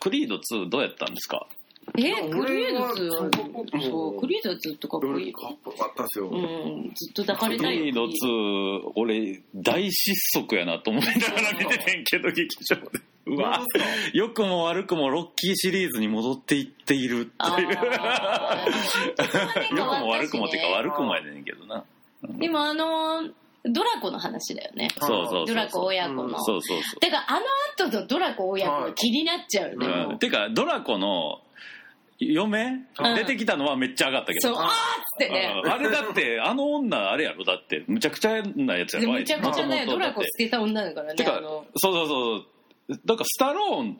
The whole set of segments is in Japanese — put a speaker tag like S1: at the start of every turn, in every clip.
S1: クリード2どうやったんですか
S2: えクリエイドツ
S3: 俺は
S2: そうクリエイドツとかっこい
S3: 俺
S2: い
S3: かっこよかったですよ。
S2: うんずっと抱
S1: ク
S2: かれたい
S1: リード2俺大失速やなと思いながら見ててんけど劇 場でうわ良くも悪くもロッキーシリーズに戻っていっている
S2: あ
S1: っていう
S2: ー
S1: 良くも悪くもっていうか
S2: 変わった
S1: 悪
S2: しね
S1: くもやねんけどな
S2: でもあのドラコの話だよね
S1: そうそうそう
S2: ドラコ親子の、
S3: うん
S1: そうそうそう
S2: だからあの後のドラコ親子が気になっちゃうよね、
S3: はい
S2: も
S1: う、
S2: うん
S1: てかドラコの嫁、
S2: うん
S1: 出てきたのはめっちゃ上がったけ
S2: そう
S1: ど
S2: あーっつってね
S1: うんあれだってあの女あれやろだってむちゃくちゃなやつやろ
S2: めちゃくちゃね
S1: 元
S2: ド
S1: 々だっ
S2: ラ
S1: て
S2: コ捨てた女だから
S1: て
S2: ね
S1: か
S2: あの
S1: そうそうそうだからスタローン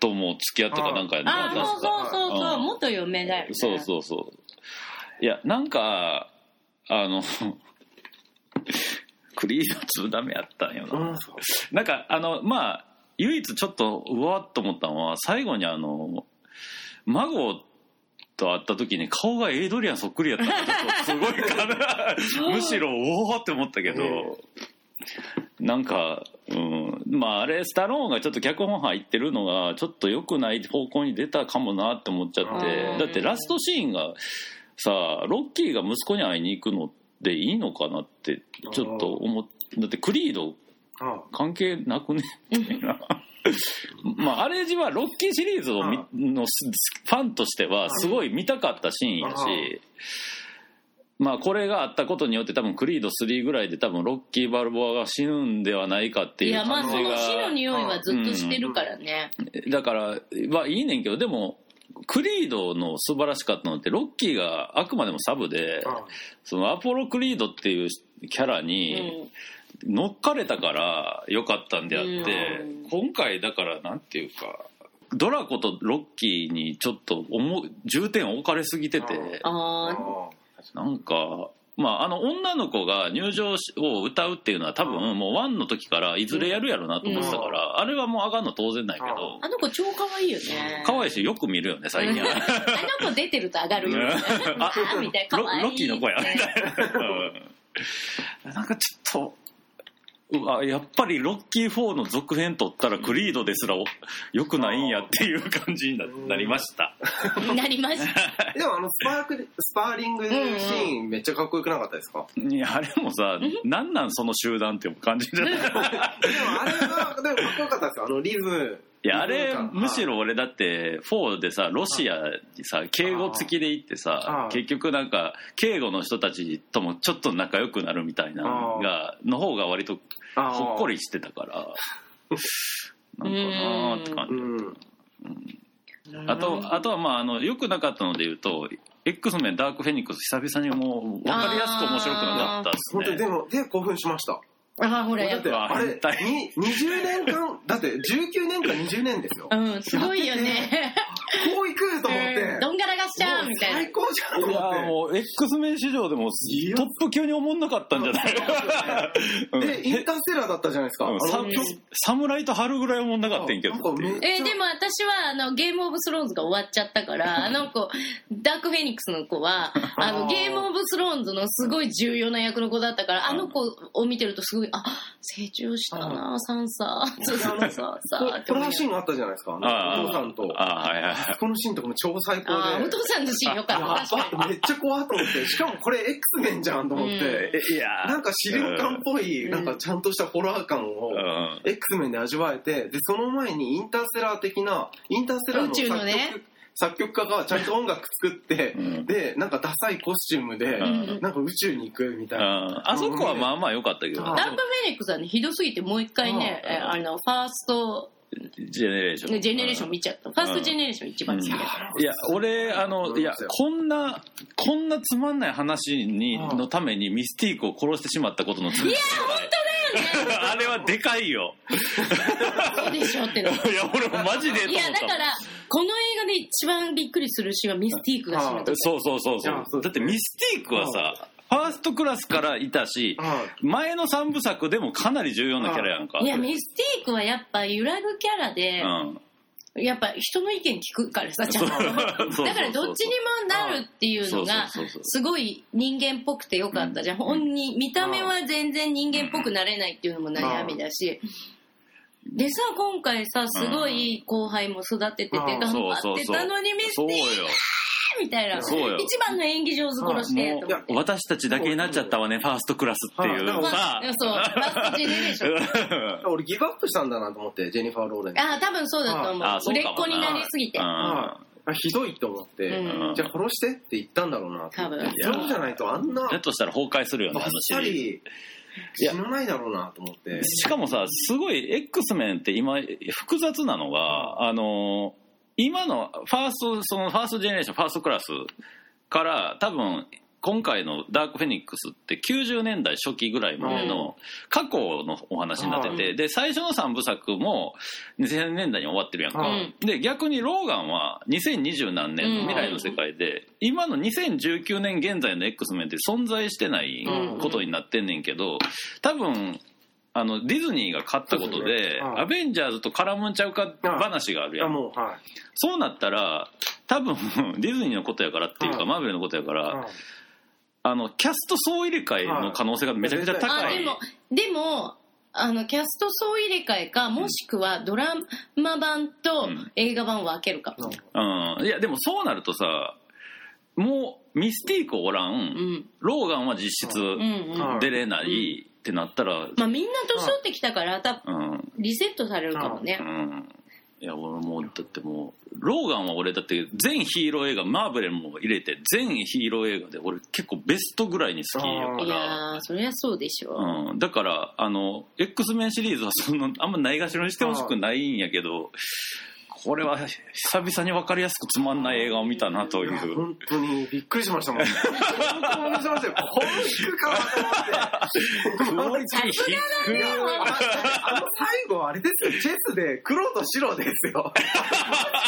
S1: とも付き合ってたなんかやな
S2: あーそう
S1: 確か
S2: そうそうそう
S1: うん
S2: 元嫁だよね
S1: そうそうそういやなんかあの クリード2ダメやったんよな
S3: なんすか
S1: なんかあのまあ唯一ちょっとうわっと思ったのは最後にあの孫と会った時に顔がエイドリアンそっくりやったのがちょっとすごいか なむしろおおって思ったけど、なんか、うん、まああれスタローンがちょっと脚本入ってるのがちょっと良くない方向に出たかもなって思っちゃって
S2: うん
S1: だってラストシーンがさロッキーが息子に会いに行くのでいいのかなってちょっと思っだってクリード
S3: あ
S1: 関係なくねみたいな。まあ、あれじはロッキーシリーズをみのすファンとしてはすごい見たかったシーンやし、まあ、これがあったことによって多分クリード3ぐらいで多分ロッキー・バルボアが死ぬんではないかって
S2: い
S1: いう
S2: やまあ
S1: 感
S2: そ
S1: じ
S2: の死の
S1: が
S2: 匂いはずっとしてるからね、
S1: だからまあいいねんけどでもクリードの素晴らしかったのってロッキーがあくまでもサブで
S3: あ
S1: そのアポロ・クリードっていうキャラ
S2: う
S1: に
S2: ん
S1: 乗っかれたから良かったんであって、
S2: うん
S1: 今回だからなんていうかドラコとロッキーにちょっと重重点を置かれすぎてて
S2: あー
S3: あ
S1: なんか。まあ、あの女の子が入場を歌うっていうのは多分もう1の時からいずれやるやろなと思ってたから、あれはもう上がるの当然ないけど
S2: あの子超可愛いよね
S1: 可愛いしよく見るよね最近は
S2: あの子出てると上がるよねあ
S1: あ
S2: ーみたいな
S1: ロ
S2: 可愛い
S1: ロッキーの 子やみたい
S2: ね
S1: ななんかちょっとうわやっぱりロッキー4の続編取ったらクリードですらお良くないんやっていう感じにな
S3: うん
S1: なりました
S2: なりました
S3: でもあのスパークリスパーリングシーンめっちゃかっこよくなかったですか、
S1: いやあれもさなんなんその集団っていう感じじゃない
S3: でもあれはでもかっこよかったですよあのリズム
S1: いやあれ
S3: リズム感
S1: むしろ俺だって4でさロシアにさ敬語付きで行って
S3: あ
S1: さ
S3: あ
S1: 結局なんか敬語の人たちともちょっと仲良くなるみたいなのがの方が割と
S3: あー
S1: ほっこりしてた からなんかなーって感
S3: う
S1: じ
S3: ん
S1: あとあとはまああの良くなかったので言うと X メンダークフェニックス久々にもう分かりやすく面白くなかったっす
S3: 本当にで
S1: ね
S3: もで興奮しました
S2: ああほらや
S3: だ
S2: っ
S3: って
S2: ぱ
S3: あれ
S1: 反対
S3: に20年間だって19年か20年ですよこ
S2: うんすごいよね
S3: う行くと思って、
S2: うんどんがらがしちゃうみたいな
S3: 最高じゃんと
S1: い
S3: 思
S1: や
S3: って
S1: もう X メン史上でもトップ級に思んなかったんじゃない うん
S3: でインターステラーだったじゃないですか、
S1: う
S3: あ
S1: ん
S3: の
S1: さ侍と春ぐらい思んなかったんやけどっていう
S3: なんか
S2: えーでも私はあのゲームオブスローンズが終わっちゃっ たからあの子ダークフェニックスの子はあ
S3: あ
S2: の
S3: ー
S2: ゲームオブスローンズのすごい重要な役の子だったからあの子を見てるとすごいあ成長したなサンサーサンサーっ
S3: こ
S2: て
S3: これ
S2: 思いな
S3: のシー
S2: が
S3: ンが
S2: ら
S3: あったじゃないですか
S1: あー
S3: お父さんと
S1: あーはいはいはい
S3: このシーンとかも超最高
S2: あーお
S3: で
S2: 父さんのシーンよかった確か
S3: やばめっちゃ怖いと思ってしかもこれ X メンじゃんと思って、
S2: うん
S3: え
S1: えいやー
S3: なんか資料館っぽい、
S2: うん
S3: なんかちゃんとしたホラー感を、
S1: うん
S3: X メンで味わえてでその前にインターステラー的なインターステラーの
S2: 宇
S3: 作
S2: 宙
S3: 曲
S2: のね
S3: 作曲家がちゃんと音楽作って、
S1: うん
S3: でなんかダサいコスチュームで、
S1: うん
S3: なんか宇宙に行くみたいな、
S1: あーあそこはまあまあ良かったけど
S3: うん
S2: ダークフェニックスはねひどすぎてもう一回ね
S1: うん
S2: えーあのファースト
S1: ジェネレーショ
S2: ね
S1: ン
S2: ジェネレーション見ちゃったファーストジェネレーション一番好きだから
S1: いや俺あのいやこんなこんなつまんない話に
S3: うん
S1: のためにミスティークを殺してしまったことのいや本当だよね あれはでかいよ
S2: そうでしょって
S1: い
S2: な
S1: や
S2: って
S1: 俺もマジでと
S2: い
S1: 思
S2: や
S1: っ
S2: だ
S1: たもん
S2: からこの映画で一番びっくりするシーンはミスティークが死ぬとこ
S1: そうそうそうそ
S3: いやそううで
S1: だ
S3: す
S1: って
S3: ね
S1: ミスティークはさファーストクラスからいたし
S3: あ
S1: 前の3部作でもかなり重要なキャラやんか
S2: いやミスティークはやっぱ揺らぐキャラで、
S1: うん
S2: やっぱ人の意見聞くからさちゃん と
S1: そう
S2: だ
S1: そうそう
S2: からどっちにもなるっていうのが
S1: そうそうそう
S2: すごい人間っぽくてよかったじゃん、
S1: うん
S2: 本に見た目は全然人間っぽくなれないっていうのも悩みだし、でさ今回さすごい後輩も育ててて
S3: うん
S2: 頑張ってたのにミス
S1: そう
S2: ティ
S1: よ
S2: ーみたいな
S1: そうよ
S2: 一番の演技上手殺して
S1: も
S2: とか
S1: う私たちだけになっちゃったわねファーストクラスっていう
S3: も
S1: さ
S2: そうラストジェネレーション
S3: 俺ギブアップしたんだなと思ってジェニファー・ローレン
S2: ああ多分そうだと思
S1: ああそうう
S2: 売れっ
S1: かもな
S2: 子になりすぎて
S1: うん
S3: あひどいって思って、
S2: うん
S3: じゃあ殺してって言ったんだろうなと思って
S1: 多分
S3: そうじゃないとあんな
S1: だとしたら崩壊するよね
S3: ばっ
S1: あのシ
S3: さ
S1: リーズ
S3: り死なないだろうなと思って
S1: しかもさすごい X メンって今複雑なのがあの今のファーストそのファーストジェネレーションファーストクラスから多分今回の「ダークフェニックス」って90年代初期ぐらいまでの過去のお話になってて、で最初の3部作も2000年代に終わってるやんか、
S2: うん
S1: で逆にローガンは2020何年の未来の世界で、今の2019年現在の X メンって存在してないことになってんねんけど多分あのディズニーが買ったこと
S3: そうです
S1: で、
S3: ねうん
S1: アベンジャーズと絡むんちゃうか話がある
S3: い
S1: や
S3: や
S1: ん、
S3: もうはい
S1: そうなったら多分 ディズニーのことやからっていうか、
S3: うん
S1: マーベルのことやから、
S3: うん
S1: あのキャスト総入れ替えの可能性がめちゃくちゃ高
S2: あ
S1: い、
S2: でもでもあのキャスト総入れ替えかもしくはドラマ版と
S1: うん
S2: 映画版を分けるかも、
S1: うん、いやでもそうなるとさもうミスティークおら、
S2: うんん
S1: ローガンは実質
S2: うんうん
S1: 出れないってなったら
S2: まあ、みんな年取ってきたから多分
S1: うん
S2: リセットされるかも
S1: う
S2: ね
S1: んいや俺もうだってもうローガンは俺だって全ヒーロー映画マーベルも入れて全ヒーロー映画で俺結構ベストぐらいに好きや
S3: うん
S1: か
S2: い
S1: ら。
S2: やーそりゃそうでしょ、
S1: うん、だからあの X メンシリーズはそんなあんまないがしろにしてほしくないんやけどこれは久々に分かりやすくつまんない映画を見たなとい
S3: いや
S1: う
S3: 本当にびっくりしましたもん。本当にびっくりしましたよ。こう引くかなと思って。いやあの最後あれですよ。チェスで黒と白です よ。マジ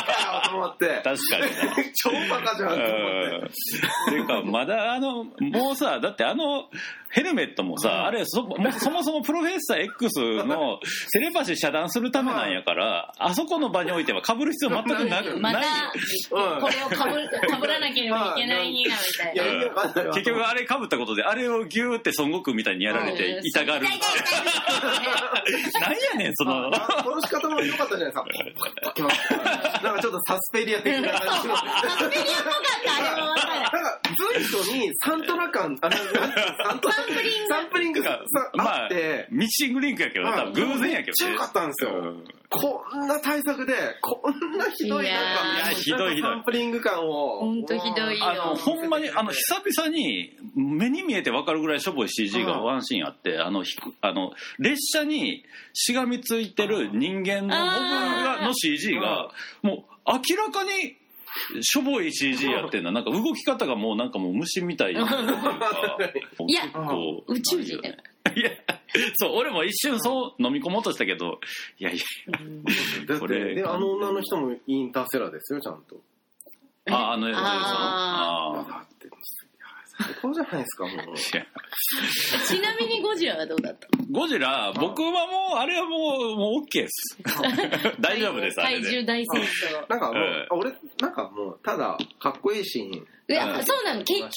S3: かよと思って。
S1: 確かにな
S3: 超バカじゃんと思って。
S1: ていうかまだあのもうさだってあのヘルメット
S3: う
S1: も
S3: ん
S1: さあれそもそもそもプロフェッサー X のセレパシー遮断するためなんやからあそこの場においては被る必要全くなく
S2: ま
S1: ない
S2: た
S3: うん
S2: これをかぶかぶらなければいけない日がみたい
S3: い
S2: な
S3: や、意味わかんないわ。
S1: 結局あれ被ったことであれをギューって孫悟空みたいにやられて痛がる
S2: 痛い痛い痛い
S1: なんやねんその
S3: あ殺し方も良かったじゃないですか。パッパッパ ッパッなんかちょっとサスペリア的な感じの。
S2: サスペリアっぽかったあれも分かる
S3: なんか随所にサントラ感、あの、サントラ
S2: サンプリング
S3: サンプリングがさ
S1: まあ
S3: あって、
S1: ミッシングリンクやけど多分偶然やけど
S3: めっちゃ良かったんですよ。
S1: うん
S3: こんな対策で、こんなひどいなんか、
S2: いや
S3: な
S2: ー
S3: んか
S1: ひどいひどい
S3: サンプリング感を。
S2: ほんとひどいよ
S1: あのほんまにあの久々に目に見えて分かるぐらいしょぼい CG が
S3: うん
S1: ワンシーンあってあのひくあの列車にしがみついてる人間のモブ
S2: あー
S1: がの CG がもう明らかにしょぼい CG やってんななんか動き方がもうなんかもう虫みたいなっていうか
S2: いや
S1: 結構
S2: 宇宙人だよ
S1: いやそう俺も一瞬そう飲み込もうとしたけどいやいや
S2: うん
S3: だっ
S1: こ
S3: て
S1: れ
S3: で、あの女の人もインターセラーですよ、ちゃんと。
S1: ああの映像
S2: あ
S1: あ
S3: だって、いや最高じゃないです か、もう。
S1: ーいや
S2: ちなみにゴジラはどうだった
S1: ゴジラ僕はもうあれはもうもう OK です大丈夫ですあれで
S2: 体重大戦争
S3: なんかもう、
S1: うん
S3: あ俺、なんかもう、ただ、かっこいいシーン。
S2: いやそうなの結局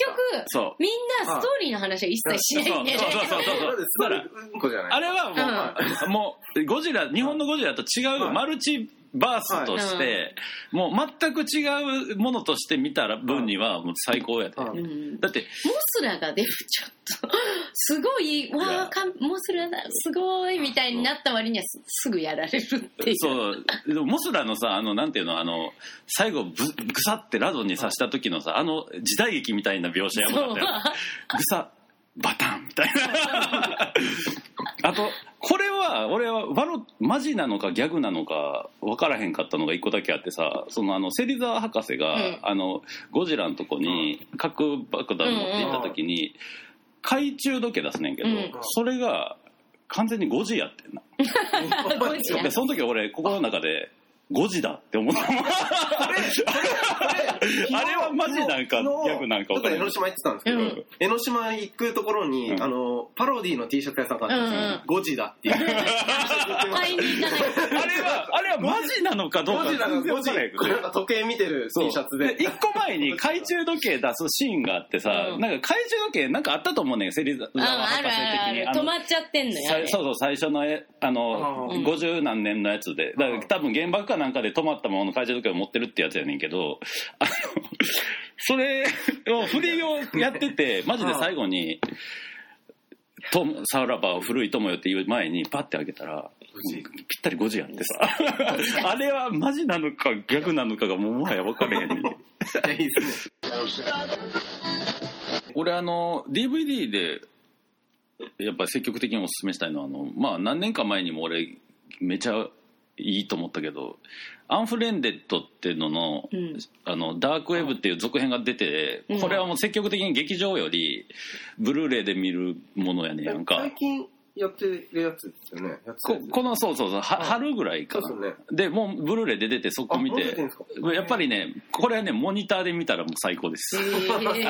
S1: そう
S2: みんなストーリーの話は一切しないんでね
S1: そうそうそうそう
S3: だって、それ、うんこじゃない。
S1: あれはもう,、もうゴジラ日本のゴジラと違う
S3: はい
S1: マルチバースとして、もう全く違うものとして見たら分にはもう最高やで、
S3: うん
S2: うん
S1: だって
S2: モスラがでもちょっとすごいわあかんモスラだすごいみたいになった割にはすすぐやられるっていう
S1: そうでもモスラのさあのなんていうのあの最後ぶぐさってラドンに刺した時のさあの時代劇みたいな描写やばかったよぐさバタンみたい なあとこれは俺はワロマジなのかギャグなのか分からへんかったのが一個だけあってさそのあの芹沢博士が、
S2: うん
S1: あのゴジラのとこに核爆弾持っていった時に、懐中時計出すねんけど、
S2: うん
S1: それが完全に5時やってんな、
S2: ゴジラ
S1: でその時俺心の中で5時だって思ったあれはマジなんか
S3: 昨日
S1: ギャグなんか
S3: ちょっ
S1: 分か
S3: と
S1: らへ
S3: 江
S1: ん
S3: ノ島行ってたんですけど、
S2: うん
S3: 江ノ島行くところに、
S1: うん
S3: あのの、パロディの T シャツ屋さんだったんですよ
S2: うんうん
S3: ゴジラっていう。
S2: 買いに行かない
S1: あれは、あれは マジなのかどう
S3: ゴ
S1: か
S3: ジラが
S1: 全然わ
S3: ゴジ
S1: からないけど
S3: ラ、時計見てる T シャツで。
S1: 1個前に懐中時計出すシーンがあってさ、
S2: うん
S1: なんか懐中時計なんかあったと思うねん、芹沢
S2: うん、
S1: 博
S2: あるあ
S1: 士的に。
S2: るあ
S1: あ
S2: る。
S1: の
S2: 止まっちゃってんのよ。あ
S1: さい
S2: れ
S1: そうそう最初のえあの
S3: あ
S2: ー
S1: 50何年のやつでだか
S3: う
S1: ら
S3: ん
S1: 多分原爆かなんかで止まったままの会社時計を持ってるってやつやねんけどあのそれを振りをやっててマジで最後に「とさらば古い友よ」って言う前にパッて開けたら
S3: ジ
S1: ぴったり5時やって さあれはマジなのか逆なのかがもうもはや分かれへんねん。
S3: いいですね。
S1: 俺あの DVD でやっぱり積極的におすすめしたいのはあのまあ何年か前にも俺めちゃいいと思ったけど「アンフレンデッド」っていうのの,、
S2: うん
S1: あのダークウェブっていう続編が出て、
S2: うん
S1: これはもう積極的に劇場よりブルーレイで見るものやねやんか
S3: 最近やってるやつですよね。やつ
S1: ここのそうそうそうは
S3: うん
S1: 春ぐらいかな
S3: そうですよね
S1: でもうブルーレイで出てそこ見
S3: あもう出
S1: て
S3: てんすか
S1: やっぱりねこれはねモニターで見たらもう最高です
S2: へ ー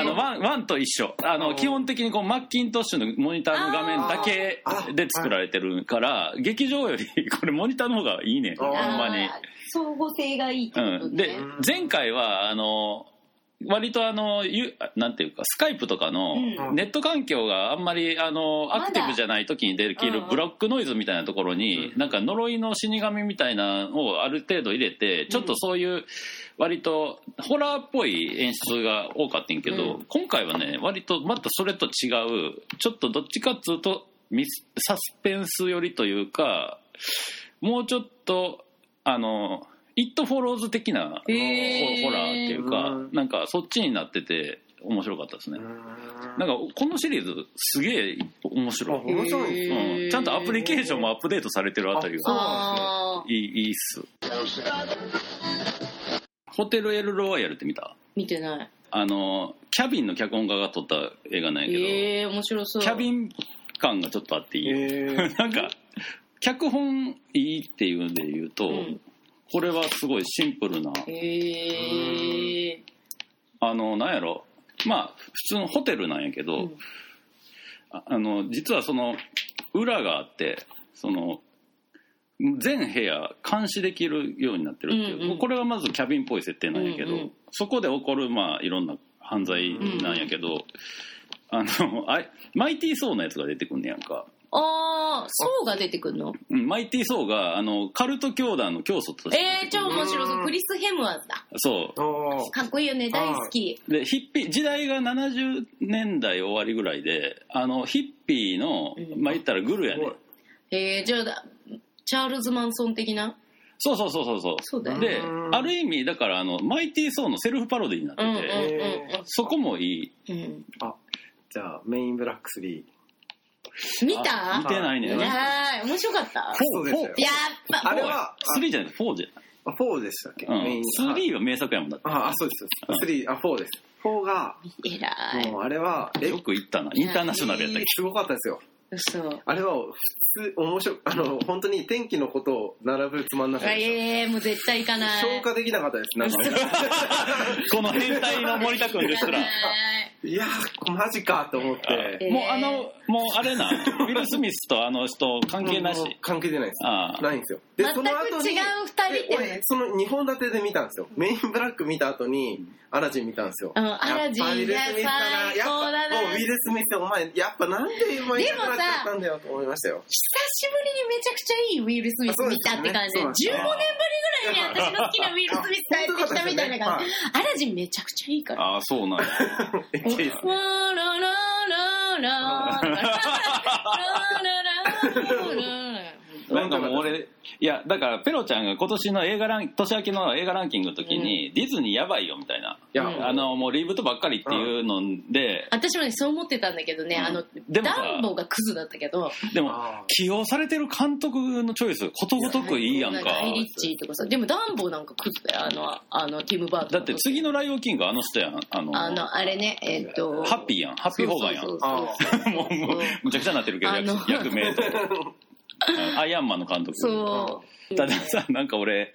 S1: あのワンワンと一緒あ
S3: あ
S1: の
S3: ー
S1: 基本的にこうマッキントッシュのモニターの画面だけ
S3: あー
S1: で作られてるから劇場よりこれモニターの方がいいね
S3: あ
S1: ほ
S3: ー
S1: ん
S2: あー
S1: まに。
S2: 相互性がいいってこと
S1: うん、で
S2: ね。
S1: 前回はあの割とあのゆなんていうかスカイプとかの
S2: うん
S1: ネット環境があんまりあの
S2: まだ
S1: アクティブじゃない時に出る
S2: うんうん
S1: ブラックノイズみたいなところに
S3: うん
S1: なんか呪いの死神みたいなのをある程度入れてちょっとそういう割とホラーっぽい演出が多かったんやけど、
S3: う
S1: 今回はね割とまたそれと違うちょっとどっちかっつうとミスサスペンス寄りというかもうちょっとあの「イット・フォローズ」的な
S2: へー
S1: ホホラーっていうか、
S3: うん
S1: なんかそっちになってて面白かったですね。
S3: な
S1: なんん
S3: か、
S1: かこのシリーズすげえ面白い
S3: あ、面白いですね
S1: うん、ちゃんとアプリケーションもアップデートされてるあたりが
S3: そうなんですね
S2: あー
S1: いいいいっすホテル・エル・ロワイヤルって見た
S2: 見てない。
S1: あのキャビンの脚本家が撮った映画なんやけど、
S2: ええー、面白そう。
S1: キャビン感がちょっとあっていい、
S3: え
S1: なんか脚本いいっていうんで言うと、
S2: うん
S1: これはすごいシンプルな
S2: ええ
S1: あのなんやろまあ普通のホテルなんやけど、
S2: うん
S1: ああの実はその裏があってその全部屋監視できるようになってるっていう、
S2: うんうん
S1: これはまずキャビンっぽい設定なんやけど、
S2: うんうん
S1: そこで起こるまあいろんな犯罪なんやけど、あのあいマイティー・ソーのやつが出てくんねやんか。
S2: ああ、そうが出てくるの
S1: うんマイティー・ソーがあのカルト教団の教祖として
S2: ええー、超面白そう。クリス・ヘムワーズだ。
S1: そう
S3: ー。 あー
S2: かっこいいよね、大好き。
S1: でヒッピー時代が70年代終わりぐらいであのヒッピーの、
S2: うん
S1: まあ言ったらグルや
S3: す
S1: ね
S3: ごい
S2: ええー、じゃあだ、チャールズ・マンソン的な
S1: そうそうそうそうそう
S2: そうだよね。
S1: で
S3: うん
S1: ある意味だからあのマイティー・ソーのセルフパロディになって
S2: うんうん
S1: て、
S2: う
S1: そこもいい
S2: んうん。うん
S3: じゃあ、メインブラック3。
S2: 見
S1: あ
S2: た
S1: 見てない
S2: い
S1: ね
S2: やー、面白かった。
S3: そうですよ。
S2: やっぱ、
S3: あれは、
S1: 3じゃない4じ
S3: あ4でしたっけ
S1: ゃない、
S3: メイ
S1: う
S3: ン
S1: ん、。3は名作やもんだって
S3: あ、あそうです。そうです3、あ、4です。4が、
S2: 偉い
S3: も。うあれは、え
S1: よく言ったなインターナショナルやったっけ
S3: すごかったですよ。
S2: 嘘。
S3: あれは、普通、面白い、あの、本当に天気のことを並ぶつまんなかったです。
S2: ええー、もう絶対行かない。
S3: 消化できなかったです。なん か、
S1: この変態の森田君 ですら
S2: 行かない
S3: いやー、マジかと思って。
S2: えー
S1: もうあのもうあれなウィル・スミスとあの人関係なし
S3: もう関係出ないです。
S1: ああ
S3: ないんですよ。で、
S2: 全
S3: そ
S2: く
S3: の
S2: 違
S3: 後
S2: う
S3: に、
S2: 二人っ
S3: で
S2: て
S3: 俺
S2: ね。
S3: その2本立てで見たんですよメインブラック見た後にアラジン見たんですよ、
S2: うんアラジン
S3: やっぱウィルスミスだな
S2: 最
S3: やっ
S2: 高だ
S3: ぱ
S2: な
S3: もうウィル・スミスお前やっぱなんで今いなくなっちゃったんだよと思いましたよ
S2: 久しぶりにめちゃくちゃいいウィル・スミス見たって感じで、
S3: あそうです
S2: 15
S1: ね
S2: 年ぶりぐらいに私の好きなウィル・スミス帰ってきたみたいな感じ、アラジンめちゃくちゃいいから
S1: ああそうなんや
S3: めっちゃいいです
S2: 「ラララララララララ
S1: なんかもう俺いやだからペロちゃんが今年の映画ラン年明けの映画ランキングの時に、ディズニーやばいよみたいな、
S3: いや、
S2: うん
S1: あのもうリブートばっかりっていうので、
S2: 私もねそう思ってたんだけどね、あの
S1: でもさ
S2: ダンボがクズだったけど
S1: でも
S3: あ
S1: 起用されてる監督のチョイスことごとくいいやんか
S2: なんハイリッチーとかさでもダンボなんかクズだよあのあのティム・バート
S1: だ
S2: ン
S1: って次の「ライオンキング」あの人やんあの
S2: あのあれねえっと
S1: ハッピーやんハッピーホーガンやん
S2: そう
S3: あ
S2: そうそうそう
S1: もうもうむちゃくちゃなってるけど
S2: あの
S1: 役役名 とうんアイアンマンの監督
S2: そう
S1: たださなんか俺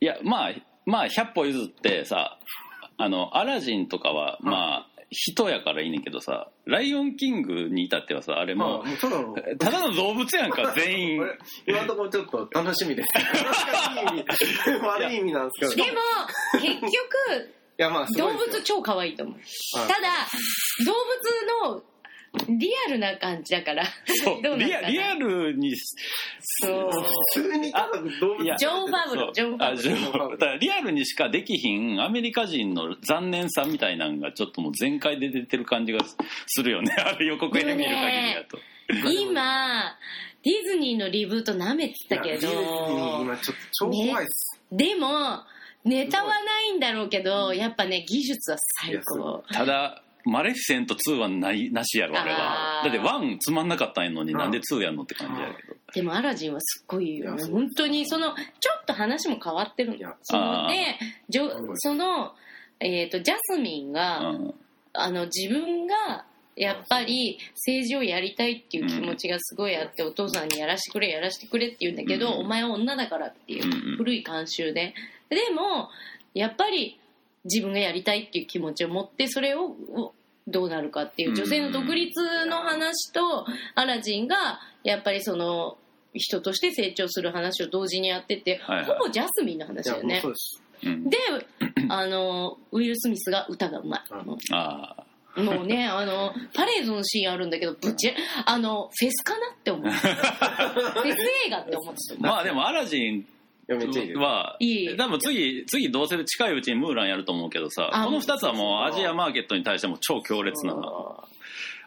S1: いやまあまあ100歩譲ってさあのアラジンとかはまあ人やからいいねんけどさ「ライオンキング」に至ってはさあれ
S3: まあ、も
S1: も
S3: うただの。
S1: うただの動物やんか全 員
S3: これ今のところちょっと楽しみです。楽し い意味悪い意味なんですけ
S2: で
S3: ど。い
S2: も、結局、
S3: や、まあ、すごい
S2: 動
S3: です
S2: 物
S3: よ
S2: 超可愛いと思う。
S3: は
S2: た
S3: い
S2: だ、動物のリアルな感じだから
S1: そう、
S2: どうなの
S1: リア
S2: かな
S1: リアルに
S2: そう。
S3: 普通にただ動
S1: い
S3: 物
S1: や
S2: ジョン・ファブ
S1: そ
S2: ロ
S1: う、
S2: ジョン・ファ
S1: あ
S2: ブ
S1: ジ
S2: ロ
S1: ョンファブルだからリアルにしかできひんアメリカ人の残念さみたいなのがちょっともう全開で出てる感じがするよね あれ予告編見る限りだと、
S2: 今、ディズニーのリブート舐めてたけ
S3: いやディズニー
S2: ど、
S3: 今ちょっと超怖いです。
S2: でも、ネタはないんだろうけど、やっぱね、技術は最高。
S1: ただマレフィセント2はないなしやろあれは
S2: あー
S1: だって1つまんなかったんやのに
S3: うん
S1: なんで2やんのって感じやけど、
S2: でも、アラジンはすっごいいいよ
S3: いや
S2: ね。
S3: そう
S2: 本当に、その、ちょっと話も変わってるの
S3: いや
S2: その
S1: あー
S2: で、ジョ
S3: すごい
S2: その、えっ、と、ジャスミンが、
S1: うん
S2: あの自分がやっぱり政治をやりたいっていう気持ちがすごいあって、お父さんにやらしてくれやらしてくれって言うんだけど、
S1: うん
S2: お前は女だからっていう、
S1: うんうん
S2: 古い慣習ででもやっぱり自分がやりたいっていう気持ちを持ってそれをおどうなるかっていう女性の独立の話とアラジンがやっぱりその人として成長する話を同時にやってて、
S1: はいはい
S2: ほぼジャスミンの話だよ
S3: いやも
S2: ね
S3: うそう。です。
S1: うん
S2: であのウィル・スミスが歌がうまい。
S3: うん
S1: ああ
S2: もうね、 あの、パレードのシーンあるんだけど、ぶち、あの、フェスかなって思 う。フェス映画って思ってた。
S1: まあでもアラジン
S3: いやめっちゃいいです。
S1: はい
S2: い
S1: 多分次次どうせ近いうちにムーランやると思うけどさ
S2: あ
S1: この2つはもうアジアマーケットに対しても超強烈な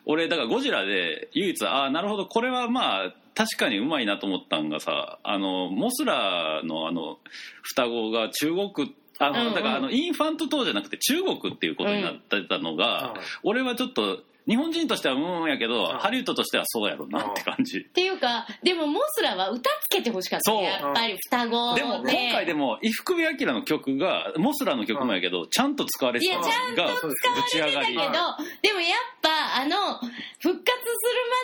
S1: 俺だからゴジラで唯一ああなるほどこれはまあ確かにうまいなと思ったんがさあのモスラのあの双子が中国あの、
S2: うんうん
S1: だからあのインファント等じゃなくて中国っていうことになってたのが、
S3: うん
S1: 俺はちょっと日本人としてはうんやけど、ハリウッドとしてはそうやろうなって感じ、
S2: っていうか、でもモスラは歌つけてほしかった。
S1: そう
S2: やっぱり双子
S1: でも今回で
S2: も。
S1: も伊福部明の曲がモスラの曲もやけど、ちゃんと使われてたの
S2: いや
S1: が
S3: ちゃんと
S1: ぶち上が
S2: だけ
S1: り
S2: ど、でもやっぱ、あの、復活する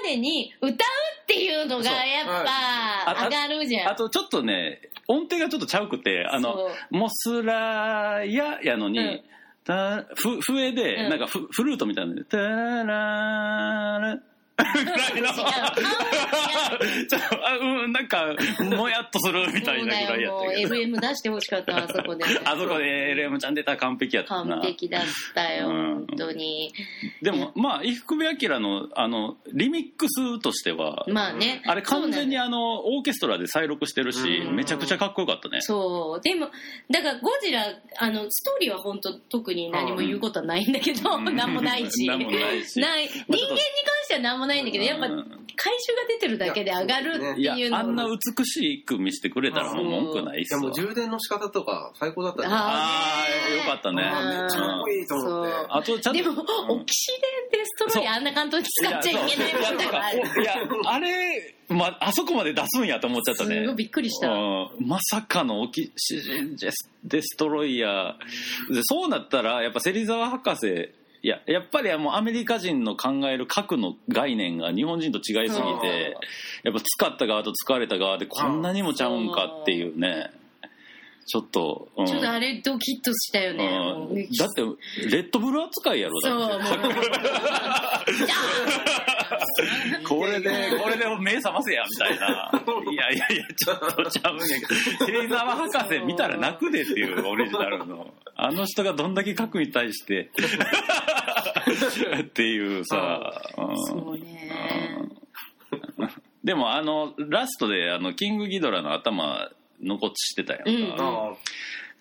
S2: までに歌うっていうのがやっぱ
S1: そう
S2: 上がるじゃ
S1: あ
S2: ん。
S1: とちょっとね音程がちょっとちゃうくてあの
S2: そう
S1: モスラややのに、
S2: うん
S1: たふ笛で、
S2: うん
S1: なんかフフルートみたいなので「タララ」ぐらいの
S2: 違うあ
S1: ちょっとあうんなんかもやっとするみたい
S2: そう
S1: な
S2: だ
S1: ぐらいやっ
S2: よ、も
S1: た
S2: う
S1: けど
S2: LM 出してほしかった、あそこで。
S1: あそこで LM ちゃん出たら完璧やったな
S2: 完璧だったよ、
S1: うん
S2: 本当に。
S1: でもまあ伊福部明のあのリミックスとしては、
S2: まあね。
S1: あれ完全にあのオーケストラで再録してるし
S3: うん
S1: めちゃくちゃかっこよかったね
S2: そうでもだからゴジラあのストーリーは本当特に何も言うことはないんだけど、
S1: うん
S2: 何もないし
S1: 何もないし
S2: ない人間に関しては何もないんだけど、やっぱ
S1: うん
S2: 回収が出てるだけで上がるって
S1: いや
S2: いう
S1: あんな
S2: の
S1: 美しく見せてくれたらもう文句ないっ
S3: い
S1: す
S3: や
S1: わ
S3: もう充電の仕方とか最高だったんで
S2: あ
S1: ああよかったね
S3: あーめっちゃかっこいいと思って
S2: そう
S1: あとちゃんと
S2: でも、
S1: うん
S2: オキシデンでストロイヤーあんな簡単に使っちゃいけない
S1: や
S2: ものがある
S1: そういやあれ、ま、あそこまで出すんやと思っちゃった
S2: す
S1: ね
S2: ごいびっくりした、
S1: うんまさかのオキシジェンデストロイヤーでそうなったらやっぱ芹沢博士いややっぱりもうアメリカ人の考える核の概念が日本人と違いすぎ
S2: そう
S1: てやっぱ使った側と使われた側でこんなにもちゃうんかっていうねちょっと、うん
S2: ちょっとあれドキッとしたよね、もう
S1: うんだってレッドブル扱いやろ
S2: そうも
S1: だ
S2: う
S1: ってこれでこれで目覚ませやみたいないやいやいやちょっとちゃうねんけど芹沢博士見たら泣くでっていうオリジナルのあの人がどんだけ書くに対して っていうさ、うん
S2: そうね
S1: でもあのラストであのキングギドラの頭残してたやんか、
S2: うん
S3: あ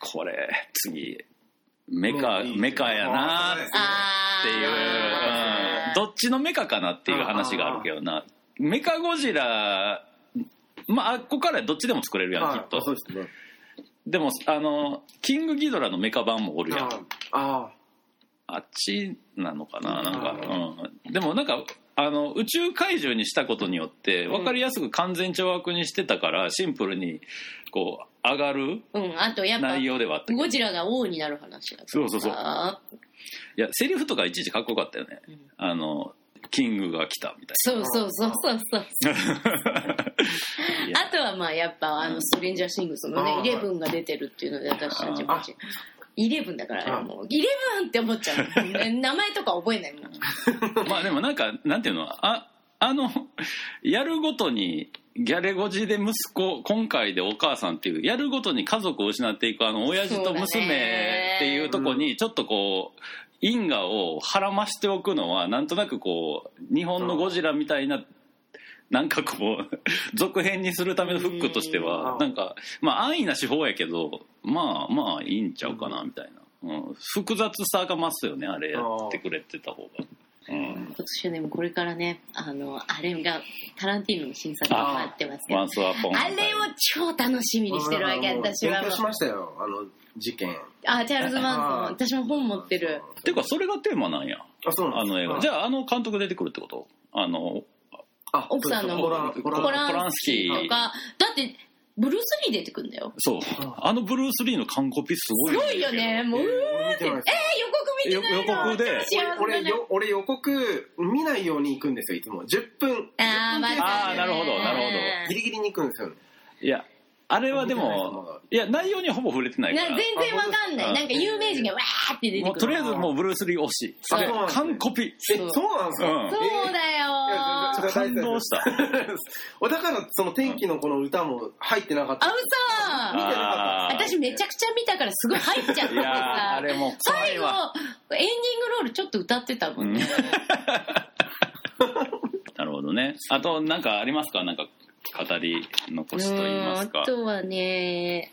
S1: これ次メカ、
S3: うん
S1: メカやなーっ
S2: あ
S1: っていう、うんどっちのメカかなっていう話があるけどなメカゴジラまああっこからどっちでも作れるやん、
S3: あ
S1: きっと
S3: そうですね
S1: でもあのキングギドラのメカ版もおるやん
S3: ああ
S1: あっちなのかななんか、
S3: う
S1: うん、でもなんかあの宇宙怪獣にしたことによって分かりやすく完全懲悪にしてたからシンプルにこう上がる
S2: うん、あとやっぱ
S1: 内容ではあったけど
S2: ゴジラが王になる話だ
S1: そうそうそう
S2: あー
S1: いやセリフとかいちいちかっこよかったよね
S2: うん
S1: あのキングが来たみたい
S2: そうそうそうそうそう
S1: ないや
S2: あとはまあやっぱあのストレンジャーシングスのね
S3: うん
S2: イレブンが出てるっていうので私たちも
S3: あ
S2: イレブンだから、
S3: うん
S2: もう、イレブンって思っちゃう。ね名前とか覚えないもん。
S1: まあでもなんかなんていうのああのやるごとにギャレゴジで息子今回でお母さんっていうやるごとに家族を失っていくあの親父と
S2: そうだ
S1: 娘
S2: ね
S1: っていうとこにちょっとこう因果をはらましておくのはなんとなくこう日本のゴジラみたいな。なんかこう 続編にするためのフックとして
S3: う
S1: は
S3: ん
S1: なんかまあ安易な手法やけどまあまあいいんちゃうかなみたいな、うん、複雑さが増すよねあれやってくれてた方が、うん、
S2: 今年ね、もうこれからね、あの、あれが、タランティーノの新作が待ってますけど、
S1: ワ
S2: あ
S1: ンスワポン。
S2: れを超楽しみにしてるわけ、私は
S3: 勉
S2: もう
S3: 強し。ましたよ、あの事件。
S2: あ、チャールズ・マン
S3: あー
S2: ソン、私も本持ってる。
S1: てか、それがテーマなんや。
S3: あ、そうな
S1: あ
S3: んです
S1: の映画。じゃあ、あの監督出てくるってことあの、
S3: あ
S2: 奥さんの
S3: そうですホラン
S2: コ
S3: ホラン
S2: ランスキーとか、だって、ブルース・リー出てくるんだよ。
S1: そう。あのブルース・リーの完コピすごい。
S2: すごいよ。ね、もう、うーって。えー、予告見てないの
S1: よ予告で
S2: 幸せだね
S3: 俺よ俺予告見ないように行くんですよいつも10分
S2: あー、ま
S1: あーなるほどなるほど
S3: ギリギリに行くんですよね
S1: いや、あれはでも、いや、内容にはほぼ触れてないか
S2: な
S1: ら。
S2: 全然わかんない。なんか有名人がわーって出て
S1: もう
S2: く
S1: とり
S2: る。
S1: あえずもうブルース・リー推し。そ
S2: そう
S1: れ、完コピ。
S3: えそうなんです
S1: う
S3: か、
S1: ん。
S2: そうだよー。
S3: え
S1: 感 動した。
S3: だからその天気のこの歌も入ってなかっ
S2: あ、
S3: た、
S2: 嘘
S1: あー
S2: 私めちゃくちゃ見たからすごい入っちゃって
S1: いやーあ
S2: さ。
S1: れもう怖
S2: 最
S1: い
S2: 後
S1: わ。、
S2: エンディングロールちょっと歌ってたもんね。
S1: なるほどね。あと、なんかありますかなんか、語り残しと言います
S2: うーんあ
S1: か。
S2: とはね、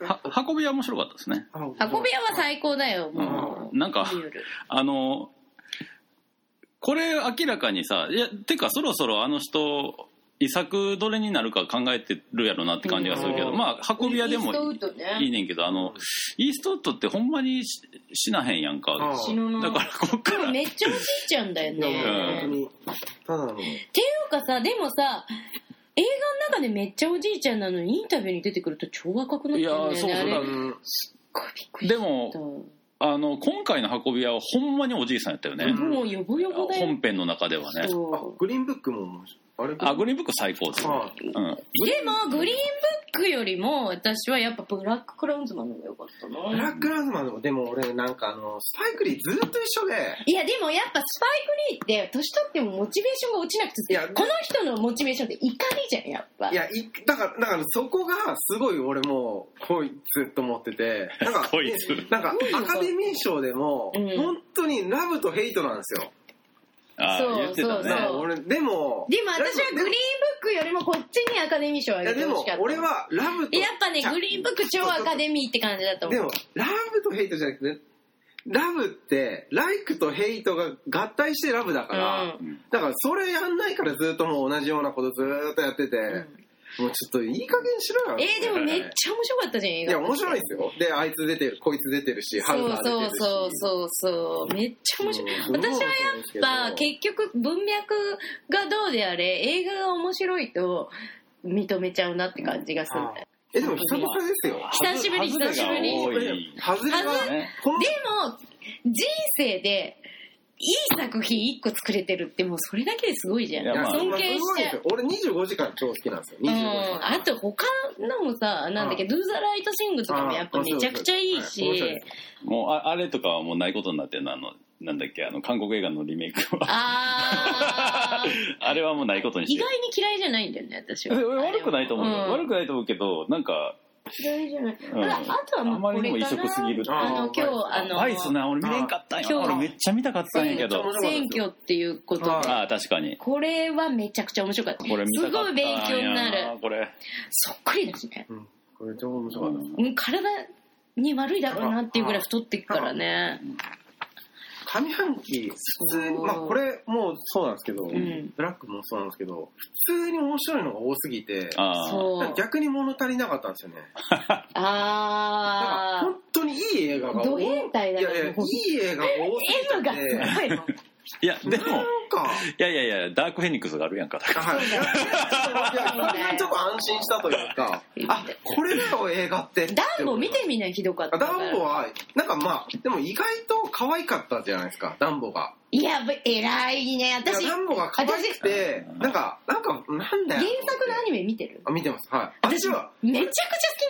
S1: は運びは面白かったですね。
S2: 運び屋は最高だよ、も
S1: う
S2: う。
S1: ん。なんか、
S2: 見よる
S1: あの、これ明らかにさ、いや、てかそろそろあの人、遺作どれになるか考えてるやろなって感じがするけど、
S3: うん
S1: まあ、運び屋でも
S2: イーストウッドね
S1: いいねんけど、あの、イーストウッドってほんまにし死なへんやんか。
S3: うん
S2: 死ぬな
S1: だからこっか
S2: でも
S1: ら、
S2: めっちゃおじいちゃんだよ
S3: いやもう
S2: ね。
S3: 本当にただの
S2: っていうかさでもさ映画の中でめっちゃおじいちゃんなのにインタビューに出てくると超若くなってるんだよね
S1: いやーそうそう
S2: あれ
S1: だ
S2: す
S3: うん
S2: っごいびっくりし
S1: でも
S2: た、
S1: あの、今回の運び屋はほんまにおじいさんやったよね。
S3: うん
S2: もうヨボヨボだよ
S1: 本編の中ではね。
S3: あ
S2: そう
S3: グリーンブックもあれ
S1: あ、グリーンブック最高です。う
S3: は
S1: ん。
S2: でもグリーンブックよりも私はやっぱブラッククラウンズマンの方が良かった
S3: ブラ
S2: な
S3: ックラズマンでもでも俺なんかあのスパイクリーずっと一緒で
S2: いやでもやっぱスパイク・リーって年取ってもモチベーションが落ちなく
S3: い
S2: て
S3: や
S2: この人のモチベーションって怒りじゃんやっぱ
S3: いやいだからだからそこがすごい俺もうこいつと思っててなんか
S1: こいつ
S3: なんかアカデミー賞でも
S2: うん
S3: 本当にラブとヘイトなんですよ、
S1: あ
S2: そう
S1: 言ってた
S2: そう
S1: ね。
S3: ね俺でも
S2: でも私はグリーンブ
S3: ン
S2: ックよりもこっちにアカデミー賞をあ
S3: い
S2: げ
S3: や
S2: て
S3: で
S2: ほ
S3: も
S2: しかった
S3: 俺はラブと
S2: やっぱね、グリーンブック超アカデミーって感じだと思
S3: で
S2: う。
S3: もラブとヘイトじゃなくてラブってライクとヘイトが合体してラブだから、
S2: うん
S3: だからそれやんないからずっともう同じようなことずーっとやってて、もうちょっといい加減しろよ
S2: えーでもめっちゃ面白かったじゃん、映
S3: い
S2: 画。
S3: や面白いですよであいつ出てるこいつ出てるしハル
S2: そう
S3: が出て
S2: そう
S3: るし
S2: そうそうそう。めっちゃ面白い。
S3: うん
S2: 私はやっぱ結局文脈がどうであれ、映画が面白いと認めちゃうなって感じがする。
S3: あえでも久々ですよ
S2: 久しぶり
S1: 外れが
S2: 久しぶり
S1: 多い
S3: ハズレは
S2: ハズ
S1: ね
S3: この
S2: でも、人生で、いい作品一個作れてるってもうそれだけですごいじゃん。
S1: いやまあ
S2: 尊敬し
S3: すごい
S2: ち
S3: で
S2: ゃ
S3: す
S2: う
S3: よ。俺25時間超好きなんですよ25
S2: うん
S3: 時間、
S2: あと他のもさ、なんだっけ、
S3: うん
S2: ドゥーザライトシングとかもやっぱめちゃくちゃいい
S3: あ面白い
S2: し
S3: で、
S1: もうああれとかはもうないことになってるのあのなんだっけあの韓国映画のリメイクは
S2: あー
S1: あれはもうないことにし
S2: 意
S1: て
S2: 外に嫌いじゃないんだよね、私
S1: え
S2: は。
S1: 悪くないと思うよ、
S2: うん
S1: 悪くないと思うけどなんか
S2: 嫌いじゃない。
S1: うん
S2: ただ、あとは
S1: あま
S2: もう
S1: り
S2: こ
S1: にも
S2: れか
S1: 異
S2: な。
S1: 色すぎる
S2: あの、今日、あの、
S1: バイスな俺見れんかったんや
S2: 今日
S1: 俺めっちゃ見たかったんやけど
S3: うん
S2: 選挙っていうことで、
S3: はい
S1: ああ確かに
S2: これはめちゃくちゃ面白かった。
S1: これ見たか
S2: す
S1: ったんや
S2: ごい勉強になる。
S1: これ、
S2: そっくりだしね。
S3: うんこれ超面白
S1: う
S3: かった
S1: ん
S2: うん体に悪いだろうなっていうぐらい太っていくからね。
S3: 上半期普通に
S2: そう
S3: まあこれもうそうなんですけど、
S2: ん
S3: ブラックもそうなんですけど普通に面白いのが多すぎて
S1: ああ
S2: そう。
S3: 逆に物足りなかったんですよねだから
S2: あー
S3: 本。当にいい映画が
S2: ド
S3: 多いい
S2: 変態だ
S3: やいやい
S2: ね。
S3: い映画が多す
S2: M
S3: ぎ
S2: が
S3: たん
S2: す
S3: で
S2: ごいの。
S1: いやでも
S3: なんか
S1: いやいやいやダークフェニックスがあるやんかだから
S3: はいいやそれがちょっと安心したというかあこれだよ映画って
S2: ダンボ見てみないひどかった
S3: あ
S2: から。
S3: ダンボはなんかまあでも意外と可愛かったじゃないですかダンボが
S2: いや、ぶ偉いね。
S3: いや
S2: 私、原
S3: ランボが可愛くて
S1: 私
S3: なんかなんかなんだよ
S2: 作のアニメ見てる
S3: あ見てますはい私
S2: 私
S3: は
S2: めちゃくち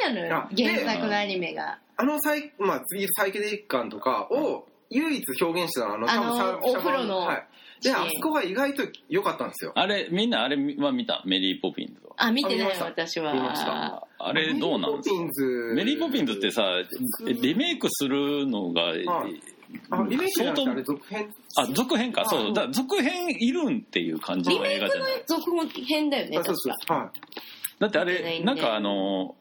S2: ゃ好きなのよ
S3: あ。で
S2: 原作のアニメが。
S3: あのサイまあ次サイケデリック感とかを唯一表現してたのはあの
S2: あの
S3: シャボシャボ
S2: お風呂の
S3: はいで
S2: シーン
S3: あそこが意外と良かったんですよ
S1: あれみんなあれは見たメリー・ポピンズは
S2: あ、見
S3: あ
S2: てな
S3: 見ま
S2: い
S3: した
S2: 私
S3: 見まし
S2: は
S3: た。
S1: あれどうなんですか
S3: メ
S1: メリ
S3: リ
S1: ー・
S3: ー
S1: ポ
S3: ポ
S1: ピ
S3: ピ
S1: ン
S3: ン
S1: ズ
S3: ズ
S1: ってさリメイクするのが、
S3: いあリメイクじゃなくてあれ続編
S1: あ続編か、
S3: はい
S1: そうだから続編いるんっていう感じ
S2: リ
S1: の
S2: メ
S1: 映
S2: イ
S1: 画
S2: ク
S1: じゃ
S2: の
S1: ない
S2: 続編だよね、
S3: あそう
S2: 確
S3: そう
S2: か。
S3: は
S1: だってあ
S2: 見てないん
S1: れ
S2: で
S1: なんかあの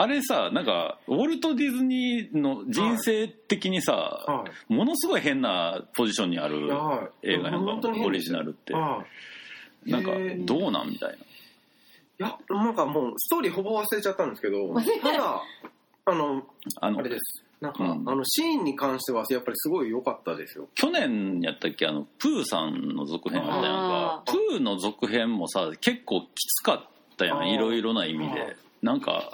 S1: あれさなんかウォルト・ディズニーの人生的にさ、
S3: いはい
S1: ものすごい変なポジションにある
S3: はい
S1: 映画やん
S3: 本当
S1: か
S3: に変
S1: オリジナルって
S3: はい
S1: なんか
S3: へー
S1: どうなんみたいない
S3: やなんかもうストーリーほぼ忘れちゃったんですけど
S2: 忘れた
S3: ただあの
S1: あ
S3: あ
S1: の
S3: れですなんか、
S1: うん
S3: あのシーンに関してはやっぱりすごい良かったですよ
S1: 去年やったっけあのプーさんの続編あったやんか
S2: あ
S1: プーの続編もさ結構きつかったや
S3: あ
S1: ん
S3: ー
S1: いろいろな意味
S3: あ
S1: で
S3: ー
S1: なんか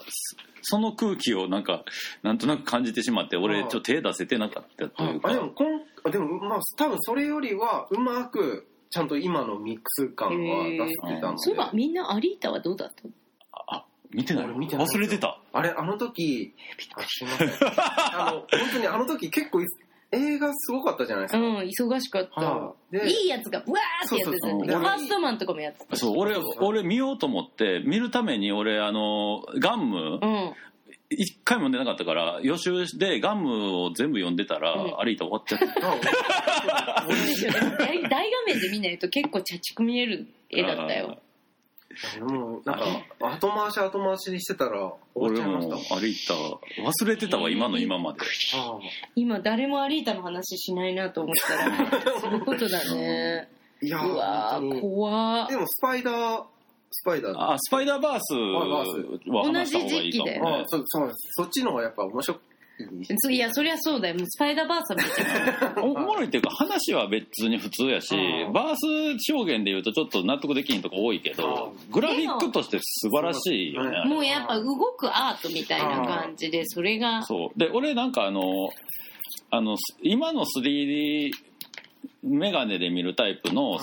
S1: そその空気をなんかなんとなく感じてしまって俺
S3: あー
S1: ちょっと手出せてなかったというか
S3: あでもこんあでもまあ多分それよりはうまくちゃんと今のミックス感は出せてたので
S2: そういえば、みんなアリータはどうだったの
S1: あ見てない
S3: 俺見てない
S1: 忘れてた
S3: あれあの時あすいませんあの本当にあの時結構い映画すごかったじゃないですか、
S2: うん、忙しかっ
S3: は
S2: た。
S3: いで
S2: いいやつが、うわーってやつだ
S1: そう
S2: っ
S1: そう
S2: た。
S1: そう
S2: ファーストマンとかもやってた。
S1: そう俺俺見ようと思って見るために俺あのガンム
S2: うん。
S1: 一回も読んでなかったから予習でガムを全部読んでたら、
S2: うん
S1: 歩いて終わっちゃって
S3: あ
S2: そうですよ ね大大画面で見ないと結構茶畜見える絵だったよ。
S3: 俺もうなんか後回し後回しにしてたら終わっ
S1: 俺
S3: ちゃいま
S1: も
S3: し
S1: 歩いた忘れてたわ今の今まで
S3: たああ
S2: 今誰もアリータの話しないなと思っ たら、そういうことだね。
S3: いや
S2: うわ
S3: 本当
S2: ー、
S3: に
S2: 怖
S3: でもスパイダースパイダーだ
S1: あスパイダーバースは話した方がいいかもね、
S3: あそうそうなんですそっちの方がやっぱ面白い
S2: そういや、そりゃそうだよ。もうスパイダーバースは見てな
S1: お
S2: い
S1: おもろいっていうか話は別に普通やし
S3: うん
S1: バース証言でいうとちょっと納得できひんとこ多いけどグラフィックとして素晴らしいよね
S3: で
S1: あれ
S2: もうやっぱ動くアートみたいな感じで、それが、
S1: そうで俺なんかあのあのす今の 3D メガネで見るタイプの
S3: い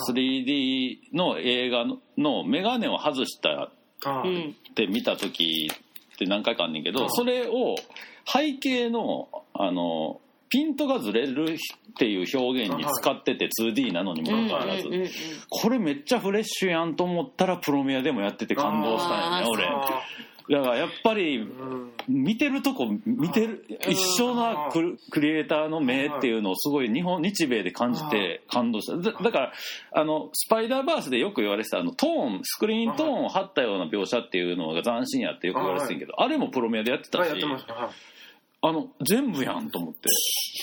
S1: 3D の映画ののメガネを外した
S3: ああ
S2: うん。
S1: って見た時って何回かあんねんけ
S3: は
S1: ど
S3: い
S1: それを背景のあのピントがずれるっていう表現に使ってて 2D なのに
S2: うんうん
S1: もかかわらず
S2: うんうん。
S1: これめっちゃフレッシュやんと思ったらプロミアでもやってて感動したんやね俺
S2: あ
S1: だからやっぱり
S3: うん
S1: 見てるとこ見てる
S2: うん
S1: 一生のクルクリエイターの目っていうのをすごい日本日米で感じて感動しただだからあのスパイダーバースでよく言われてたあのトーンスクリーントーンを張ったような描写っていうのが斬新やってよく言われてたんやけどあれもプロミアでやってた
S3: あ
S1: し
S3: やってましたはい
S1: あの全部やんと思って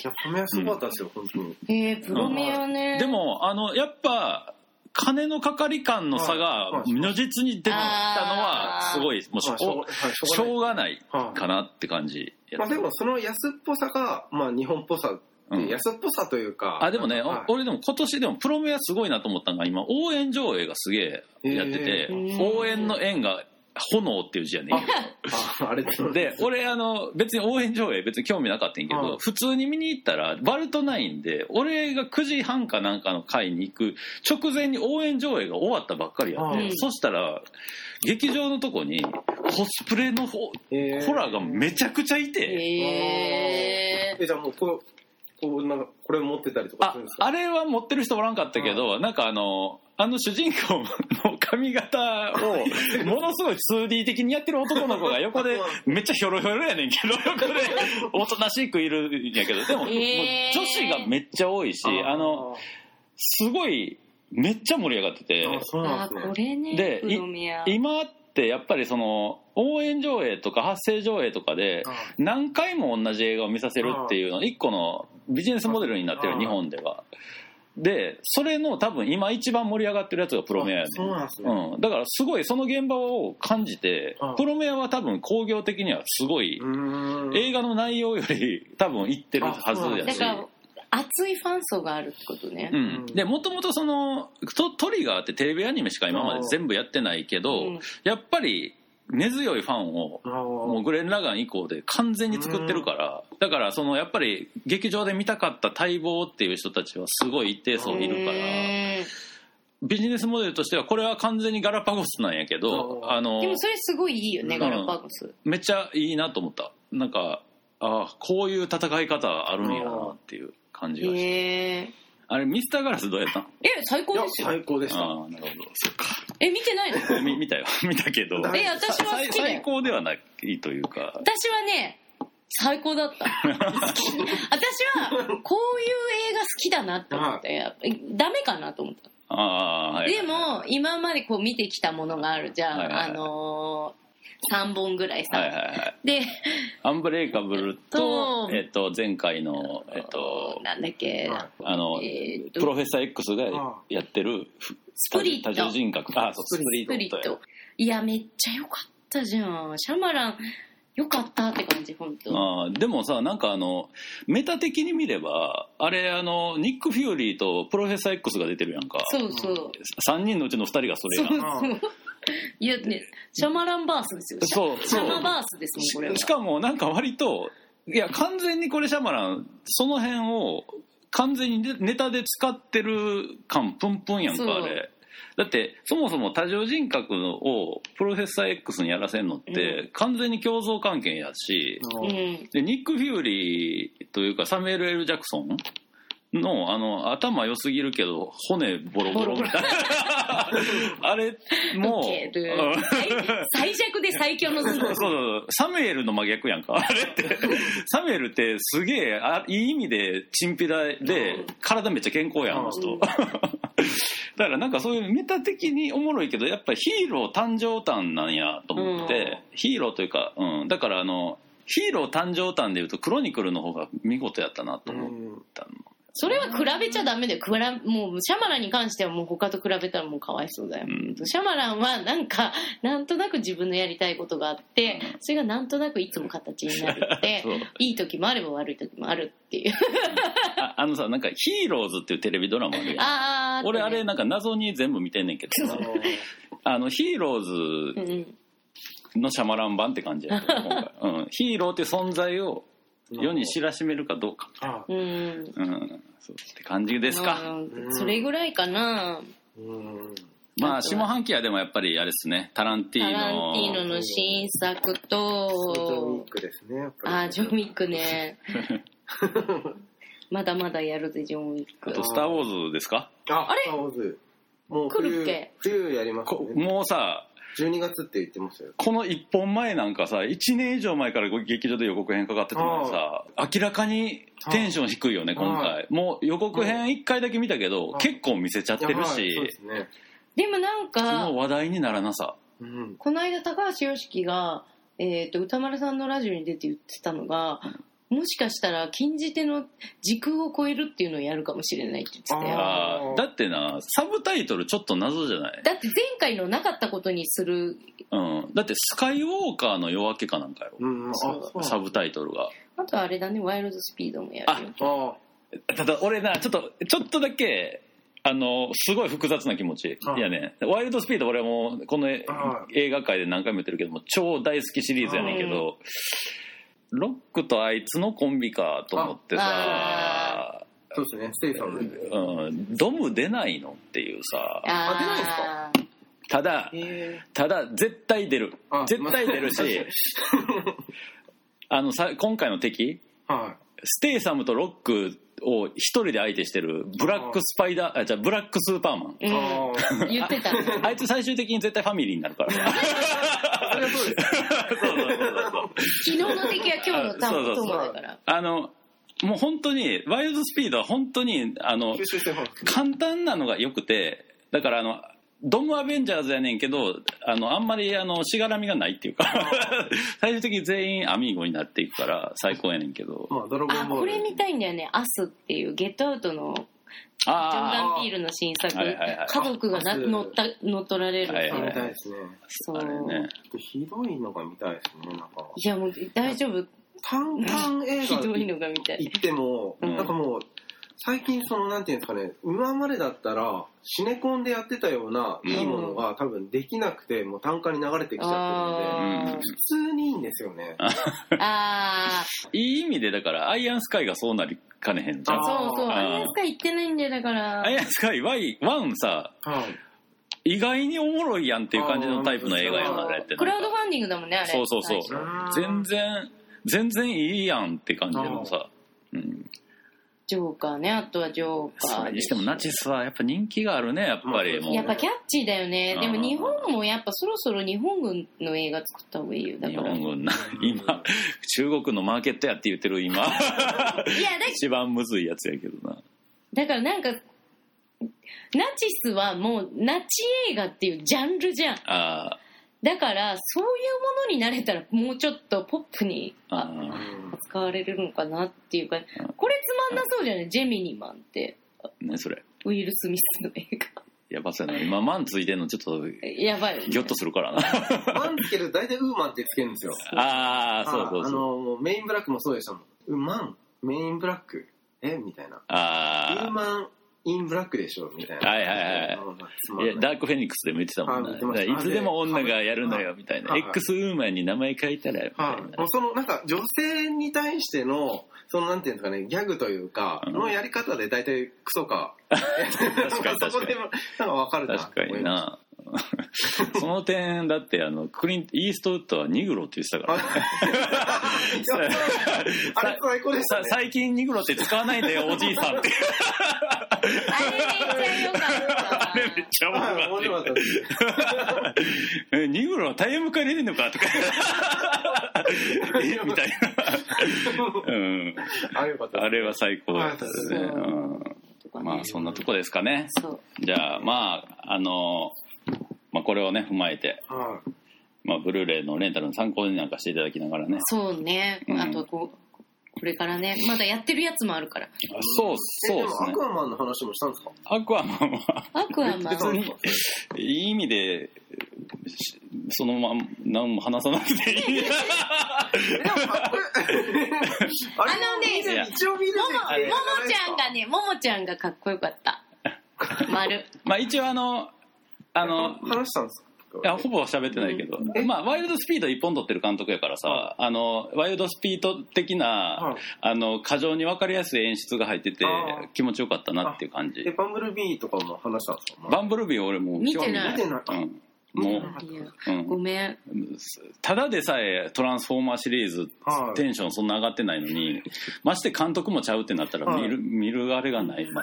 S3: いや米はすごかったですよ、本当に
S2: えー、プロメアね。
S1: でもあのやっぱ金のかかり感の差が
S3: はい
S1: 如実に出てきたのはすごいもうしょ
S3: はいしょうはい
S1: し
S3: しょうがない
S1: ょうがない
S3: はい
S1: かなって感じや
S3: ま
S1: っ
S3: あ、
S1: た
S3: でもその安っぽさが、まあ、日本っぽさって、
S1: うん
S3: 安っぽさというか
S1: あでもね、お
S3: はい
S1: 俺でも今年でもプロメアすごいなと思ったのが今応援上映がすげえやって
S3: へ
S1: て、
S2: ー
S1: 応援の縁が炎っていう字やねんけ
S3: ああれ
S1: ど で俺あの別に応援上映別に興味なかったんやけど、
S3: うん
S1: 普通に見に行ったらバルトナインで俺が9時半かなんかの会に行く直前に応援上映が終わったばっかりやって、
S2: うん
S1: そしたら劇場のとこにコスプレのほ
S3: え
S1: ホラーがめちゃくちゃいて。
S2: へー
S3: えじゃあもうこうこうなんかこれ持ってたりとか
S1: あ
S3: するんですか
S1: あれは持ってる人おらんかったけど、なんかあのあの主人公の髪型をものすごい 2D 的にやってる男の子が 横でめっちゃひょろひょろやねんけど横でおとなしくいるんやけどでも,、
S2: えー
S1: 女子がめっちゃ多いしあのすごいめっちゃ盛り上がってて
S3: あそうな
S2: あ
S3: んです
S2: こ
S3: ね
S2: れね
S1: で
S2: プロメア
S1: 今ってやっぱりその応援上映とか発声上映とかで
S3: あ
S1: 何回も同じ映画を見させるっていうの一個のビジネスモデルになってる
S3: あ
S1: 日本ではでそれの多分今一番盛り上がってるやつがプロメアやね
S3: そうなんですね、
S1: ん、うん、だからすごいその現場を感じて
S3: あ
S1: プロメアは多分興行的にはすごいう
S3: ーん
S1: 映画の内容より 多分いってるはずや
S2: だ
S1: し
S2: から熱いファン層があるってことね
S1: う、ん、でもともとそのトトリガーってテレビアニメしか今まで全部やってないけど、
S2: うん
S1: やっぱり根強いファンを
S3: あー
S1: もうグレン・ラガン以降で完全に作ってるから、だからそのやっぱり劇場で見たかった待望っていう人たちはすごい一定層いるから、
S2: へ
S1: ビジネスモデルとしてはこれは完全にガラパゴスなんやけど、
S3: あー
S1: あの
S2: ーでもそれすごいいいよね、
S1: うん
S2: ガラパゴス。
S1: めっちゃいいなと思ったなんかああこういう戦い方あるんやなっていう感じがして、
S2: へえ。
S1: あれミスターガラスどうやったの
S2: え、最高
S3: いや
S2: ですよ。
S3: 最高でした
S1: ああなるほどそっか
S2: え、見てないの
S1: み見たよ 見たけど
S3: だ
S2: え、私は好きだ
S1: 最
S2: よ。
S1: 高ではないというか
S2: 私はね、最高だった。好き私は、こういう映画好きだなって思って、やっぱダメかなと思った。
S1: ああはい
S2: でも、今までこう見てきたものがあるじゃん。
S1: はいはいはい
S2: あのー、3本ぐらいさ。
S1: はいはいはい
S2: で、
S1: アンブレイカブルと
S2: と、
S1: えっと、前回の、えっと、
S2: なんだっけ、
S3: は
S1: あの、
S2: えーっ
S1: プロ
S2: と、
S1: フェッサー X がやってる、
S2: スプリッ
S1: 多重
S2: ト。
S1: 人格。あ、そう、スプリ
S2: スプリ
S1: ット
S2: ッ
S1: や。
S2: ト。いや、めっちゃ良かったじゃん。シャマラン、良かったって感じ、本当。
S1: あーでもさなんかあのメタ的に見ればあれあのニック・フューリーとプロフェッサー X が出てるやんか
S2: そうそう。
S1: 3人のうちの2人がそれ
S2: そう
S1: やん
S2: そう。いやね、シャマランバースですよ。
S1: そう
S2: シ
S1: そ
S2: ャマ
S1: う
S2: バースですもん、これは。
S1: ししかもなんか割といや完全にこれシャマランその辺を完全にネネタで使ってる感プンプンやんか
S2: そう
S1: あれだってそもそも多重人格をプロフェッサー X にやらせるのって、
S2: う
S1: 完全に共造関係やし、
S2: う
S3: うん
S2: ん。
S1: でニック・フューリーというかサミュエル・ L ・ジャクソンのあの頭良すぎるけど骨ボロボロみたいな あれも
S2: ウ
S1: う
S2: ケる
S1: うん
S2: 最弱で最強の頭
S1: そう
S2: 脳。
S1: そうそうサミュエルの真逆やんか あれってサミュエルってすげえあいい意味でチンピラ
S3: う
S1: で
S3: ん
S1: 体めっちゃ健康やんあの
S2: う
S1: 人
S2: ん
S1: だからなんかそういうメタ的におもろいけどやっぱヒーロー誕生誕なんやと思って、ヒーローというか、うん、だからあのヒーロー誕生誕でいうとクロニクルの方が見事やったなと
S3: う
S1: 思っ
S3: ん
S1: たの、
S2: それは比べちゃダメだよ。比べもう、シャマランに関してはもう他と比べたらもうかわいそうだよ。
S1: うん
S2: シャマランはなんか、なんとなく自分のやりたいことがあって
S1: う、
S2: それがなんとなくいつも形になるって
S1: そ、う
S2: いい時もあれば悪い時もあるっていう。
S1: ああのさなんか「ヒーローズ」っていうテレビドラマあるやん
S2: あーあー、
S1: 俺あれなんか謎に全部見てんねんけど
S3: あ
S1: さ
S3: の
S1: あのヒーローズ
S2: うんうん。
S1: のシャマラン版って感じやと思う今回、うん、ヒーローって存在を世に知らしめるかどうか、
S3: あ
S2: うん。
S1: うん、そうって感じですか、
S2: うんそれぐらいかな。
S3: うん
S1: まあ下半期はでもやっぱりあれですねタランティ
S2: タ
S1: ー
S2: ラ
S1: ノ
S2: ンティーノの新作
S3: ジョミ
S2: と
S3: ッ、クですねやっぱり
S2: あー、ジョン・ウィッ クね。まだまだやるぜ、ジョン・ウィッ
S1: あ
S2: ク。
S1: と「スター・ウォーズ」ですか
S3: あ
S2: あれ
S3: スターウォーズもう
S2: 来るっ
S3: 冬
S2: け
S3: 冬やります
S1: こ
S3: ね
S1: もうさ
S3: 12月って言ってましたよ
S1: この1本前なんかさ1年以上前から劇場で予告編かかってたのにさ明らかにテンション低いよね
S3: はい
S1: 今回もう予告編1回だけ見たけど
S3: はい
S1: 結構見せちゃってる
S3: いやはいそうで
S1: し
S3: すね
S2: でもなん
S1: そ
S2: か
S1: の、話題にならなさ
S3: うん
S2: この間高橋良樹が、えー、と歌丸さんのラジオに出て言ってたのが、もしかしたら禁じ手の時空を超えるっていうのをやるかもしれないって言ってたよ
S3: あ
S1: あーだってなサブタイトルちょっと謎じゃない、
S2: だって前回のなかったことにする
S1: うん、だって「スカイウォーカーの夜明け」かなんかよ
S3: うんあ
S2: そう
S3: そう
S1: サブタイトルが
S2: あとあれだねワイルドスピードもやるよ
S3: あ
S1: ただ俺なちょっとちょっとだけあのすごい複雑な気持ち
S3: はい
S1: いやね「ワイルドスピード」俺もこのえ
S3: は
S1: 映画界で何回も言ってるけども超大好きシリーズやねんけどロックとあいつのコンビかと思ってさ
S2: あ、
S3: そうですねステイさんの
S1: うん、ドム出ないのっていうさ
S2: あー
S1: ただ
S3: え
S1: ただ絶対出る
S3: あ
S1: 絶対出るしあのさ今回の敵
S3: ーは
S1: ステイサムとロックを一人で相手してるブラックスパイダーあじゃあブラックスーパーマン
S3: いあー
S2: うん言ってた
S1: あいつ最終的に絶対ファミリーになる からさ
S3: それはそうです
S1: そうそうそうそう
S2: 昨日の敵は今日のタ
S1: そうそうそう
S2: 友だから
S1: あのもう本当にワイルドスピードは本当にあの
S3: 吸収してます
S1: 簡単なのが良くてだからあのドムアベンジャーズやねんけどあのあんまりあのしがらみがないっていうか 最終的に全員アミーゴになっていくから最高やねんけど
S3: まあドラゴ
S2: あ
S3: ンボール
S2: これ見たいんだよね「アスっていうゲットアウトのジョン・
S1: あ
S2: ガンピールの新作
S1: はいはいはい
S2: 家族がな
S3: あ
S2: 乗った乗っ取られるって
S1: はい
S2: いう
S1: は
S3: 見
S1: い
S3: たいですね
S2: そ
S1: あ
S2: う
S1: あれね
S3: ひどいのが見たいですねなんか
S2: いやもう大丈夫
S3: 単館映
S2: ひ
S3: 画
S2: どいのがみたい
S3: 行っても、
S1: うん
S3: なんかもう最近そのなんていうんですかね今までだったらシネコンでやってたような
S1: うん
S3: いいものが多分できなくてもう単価に流れてきちゃってるので
S2: あ
S3: 普通にいいんですよね
S2: ーあ
S1: いい意味でだからアイアンスカイがそうなりかねへんじゃん
S2: ーそうそう
S1: あー
S2: アイアンスカイ行ってないんだよだから
S1: アイアンスカイ1さ
S3: はい
S1: 意外におもろいやんっていう感じのタイプの映画やなあれって
S2: クラウドファンディングだもんねあれ
S1: そうそうそう
S2: 最初
S1: 全然全然いいやんって感じでもさ、うん、
S2: ジョーカーねあとはジョーカー
S1: それにしてもナチスはやっぱ人気があるねやっぱりもう
S2: やっぱキャッチーだよね
S1: うん
S2: でも日本もやっぱそろそろ日本軍の映画作った方がいいよだ
S1: 日
S2: から
S1: 本
S2: いや
S1: 軍な今中国のマーケットやって言ってる今
S2: だ
S1: 一番むずいやつやけどな
S2: だからなんかナチスはもうナチ映画っていうジャンルじゃん
S1: あー
S2: だからそういうものになれたらもうちょっとポップに
S1: あ
S3: う
S1: ー
S3: ん
S2: 扱われるのかなっていうかこれつまんなそうじゃないジェミニマンって
S1: 何それ
S2: ウィル・スミスの映
S1: やばそうやな今マンついてんのちょっと
S2: 画やばいよね
S1: ギョッとするからな
S3: マンつける大体ウーマンってつけるんですよ
S1: ああそうそう
S3: あ
S1: そう
S3: のもうメインブラックもそうでしたもんウーマンメインブラックえみたいなウー
S1: あ
S3: マンインブラックでしょみたいな
S1: はいはいはいあいやダークフェニックスでも言ってたもんな
S3: あ言
S1: だ
S3: ってま
S1: か
S3: し
S1: ら
S3: た
S1: いつでも女がやるのよみたいな
S3: はい
S1: X ウーマンに名前書いたらみたい
S3: はい、も
S1: な
S3: うそのなんか女性に対してのそのなんていうんですかねギャグというか、
S1: うん
S3: のやり方で大体クソか
S1: 確かに
S3: そこでもなんか分かるな
S1: 確かにな その点だってあのクリンイーストウッドはニグロって言ってたから
S3: ああれ最高でした
S1: さ
S3: ね
S1: 最近ニグロって使わない でよおじいさんって
S2: あれめっちゃ良かった
S1: あれめっちゃ面
S3: はい面
S1: 白
S3: 白か
S1: か
S3: っ
S1: っ
S3: たです
S1: たえニグロはタイヤ迎えれるのか とかえみたいな、うん、
S3: あれよかったです
S1: あれは最高だったですね、
S2: あそう
S1: うん、まあそんなとこですかね
S2: そう
S1: じゃあまああのまあ、これをね踏まえて、
S3: はい
S1: まあ、ブルーレイのレンタルの参考になんかしていただきながらね
S2: そうね、
S1: うん
S2: あとこうこれからねまだやってるやつもあるから
S1: そう
S3: え
S1: そう
S3: で
S1: で
S3: も
S1: す
S3: ア
S1: ね
S3: クアマンの話もしたんですか
S1: アクアマンは
S2: アクアマン
S3: 別に
S1: いい意味でしそのまま何も話さなくてい い
S3: えでもかっこいいあれも見
S1: あの
S3: る
S1: ね
S3: 一応見るべき
S2: ももも
S3: 映画
S2: もち
S3: じ
S2: ゃんがねももちゃんがかっこよかった丸
S1: まあ一応あのあの
S3: ゃないですか話したんです
S1: いや
S3: か
S1: ほぼ喋ってないけど、
S3: え
S1: まあ、ワイルドスピード一本取ってる監督やからさ、
S3: は
S1: あのワイルドスピード的な、
S3: はい
S1: あの過剰に分かりやすい演出が入ってて
S3: あー
S1: 気持ちよかったなっていう感じ
S3: えバンブルビーとかも話したんですか
S1: バンブルビー俺もう
S2: 見てない
S3: 見てない
S1: うん、も
S2: いや
S1: う、う
S2: ご
S1: ん、
S2: めん
S1: ただでさえトランスフォーマーシリーズ
S3: はい
S1: テンションそんな上がってないのにまして監督もちゃうってなったら見る,、
S3: は
S1: 見るあれがない全く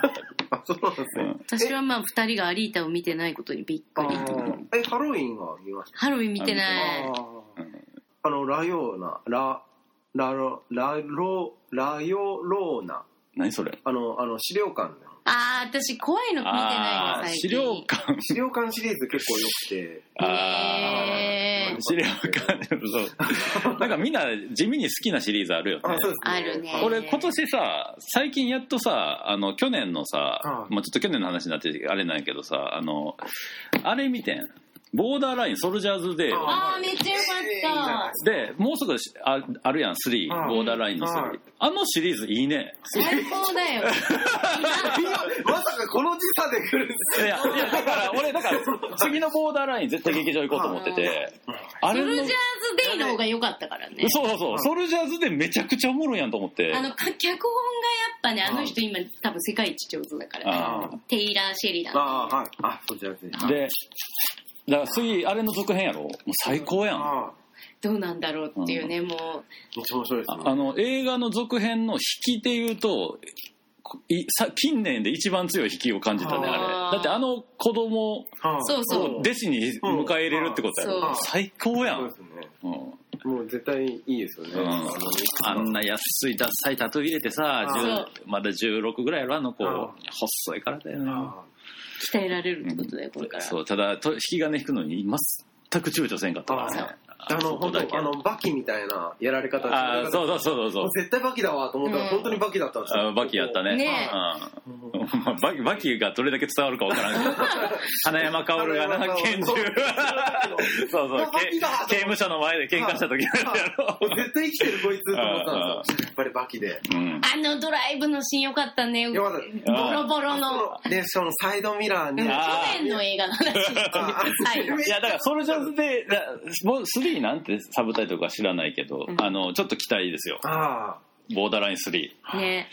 S3: あそうなんですね、
S1: うん
S2: 私はまあ2人がアリータを見てないことにびっく
S3: あ
S2: り
S3: ーえハロウィンは見ました
S2: ハロウィン見てない
S3: あーあのラヨーナララロラロラヨローナ
S1: 何それ
S3: あのあの資料館の
S2: あー私怖いの見てない
S1: あ
S2: の
S1: あ
S2: 最近
S1: 資料館
S3: 資料館シリーズ結構良くて
S1: あ
S2: へ
S1: あ
S2: ー
S1: 資料館そうなんかみんな地味に好きなシリーズあるよね
S3: あそうですね
S2: あるね
S3: はい
S1: 俺今年さ最近やっとさあの去年のさ、
S3: うん
S1: まあ、ちょっと去年の話になってあれなんやけどさあのあれ見てんボーダーラインソルジャーズデーを
S3: あ
S2: あーめっちゃよかった
S1: でもうすぐしああるやん3
S3: うん
S1: ボーダーラインの3、
S3: うん
S1: あのシリーズいいね
S2: 最高だよ
S3: いやまさかこの時差で来るんです
S1: いやいやだから俺 だから次のボーダーライン絶対劇場行こうと思っててあ
S2: ソ
S1: れ
S2: ルジャ
S1: の
S2: ーズデイの方が良かったからね
S1: そうそうそうソルジャーズでめちゃくちゃおもろいやんと思って
S2: あのか脚本がやっぱねあの人今多分世界一上手だから
S1: あ
S2: ねテイラー・シェリダン
S3: ああはいあそちらですね
S1: ーでだから次あれの続編やろもう最高やんあ
S3: あ
S2: どうなんだろうっていうね、も
S3: ーめっちゃ面白いですね
S1: あの映画の続編の引きで言うといさ近年で一番強い引きを感じたねあ
S2: あー
S1: れだってあの子供
S3: はい
S2: そうそう
S1: を弟子に迎え入れるってことや
S2: そ
S1: ろ
S2: う
S1: 最高や
S3: そうで
S1: ん
S3: すね
S1: うん
S3: もう絶対いいですよね
S1: うん
S3: あの
S1: あんな安いダッサいタトゥー入れてさ
S3: うん
S1: 10まだ16ぐらいやろあの子
S3: うん
S1: 細いからだよな
S3: あ
S2: う鍛えられるってことだよこれから、
S1: そうただと引き金引くのに全く躊躇せんかったからねな
S3: あの、
S1: そこ
S3: 本
S1: だけ
S3: 当あの、バキみたいなやられ方
S1: あーそう
S3: だ。
S1: そうそうそう
S3: もう絶対バキだわと思った
S2: うん
S3: ら、本当にバキだったんです
S1: あ
S3: よ。
S1: バキやったね
S2: ね
S3: うん
S1: うん まあバキバキがどれだけ伝わるかわからんけど花山薫がな 拳銃そうそう
S3: バキだ
S1: け刑務所の前で喧嘩した時のやつやろ
S3: もう絶対生きてるこいつと思ったんですよ。やっぱりバキで。
S1: うん
S2: あのドライブのシーンよかったね。
S3: よかっ
S2: ボロボロの。
S3: で、そのサイドミラーに、
S1: うん
S3: あ
S2: 去年の映画の話ですね。
S3: あ
S2: 最後。
S1: いやだからソルジャーズでだもう3なんてサブタイトルか知らないけど、
S2: うん
S1: あのちょっと期待ですよ
S3: あ
S1: ボーダーライン3
S2: ねやっ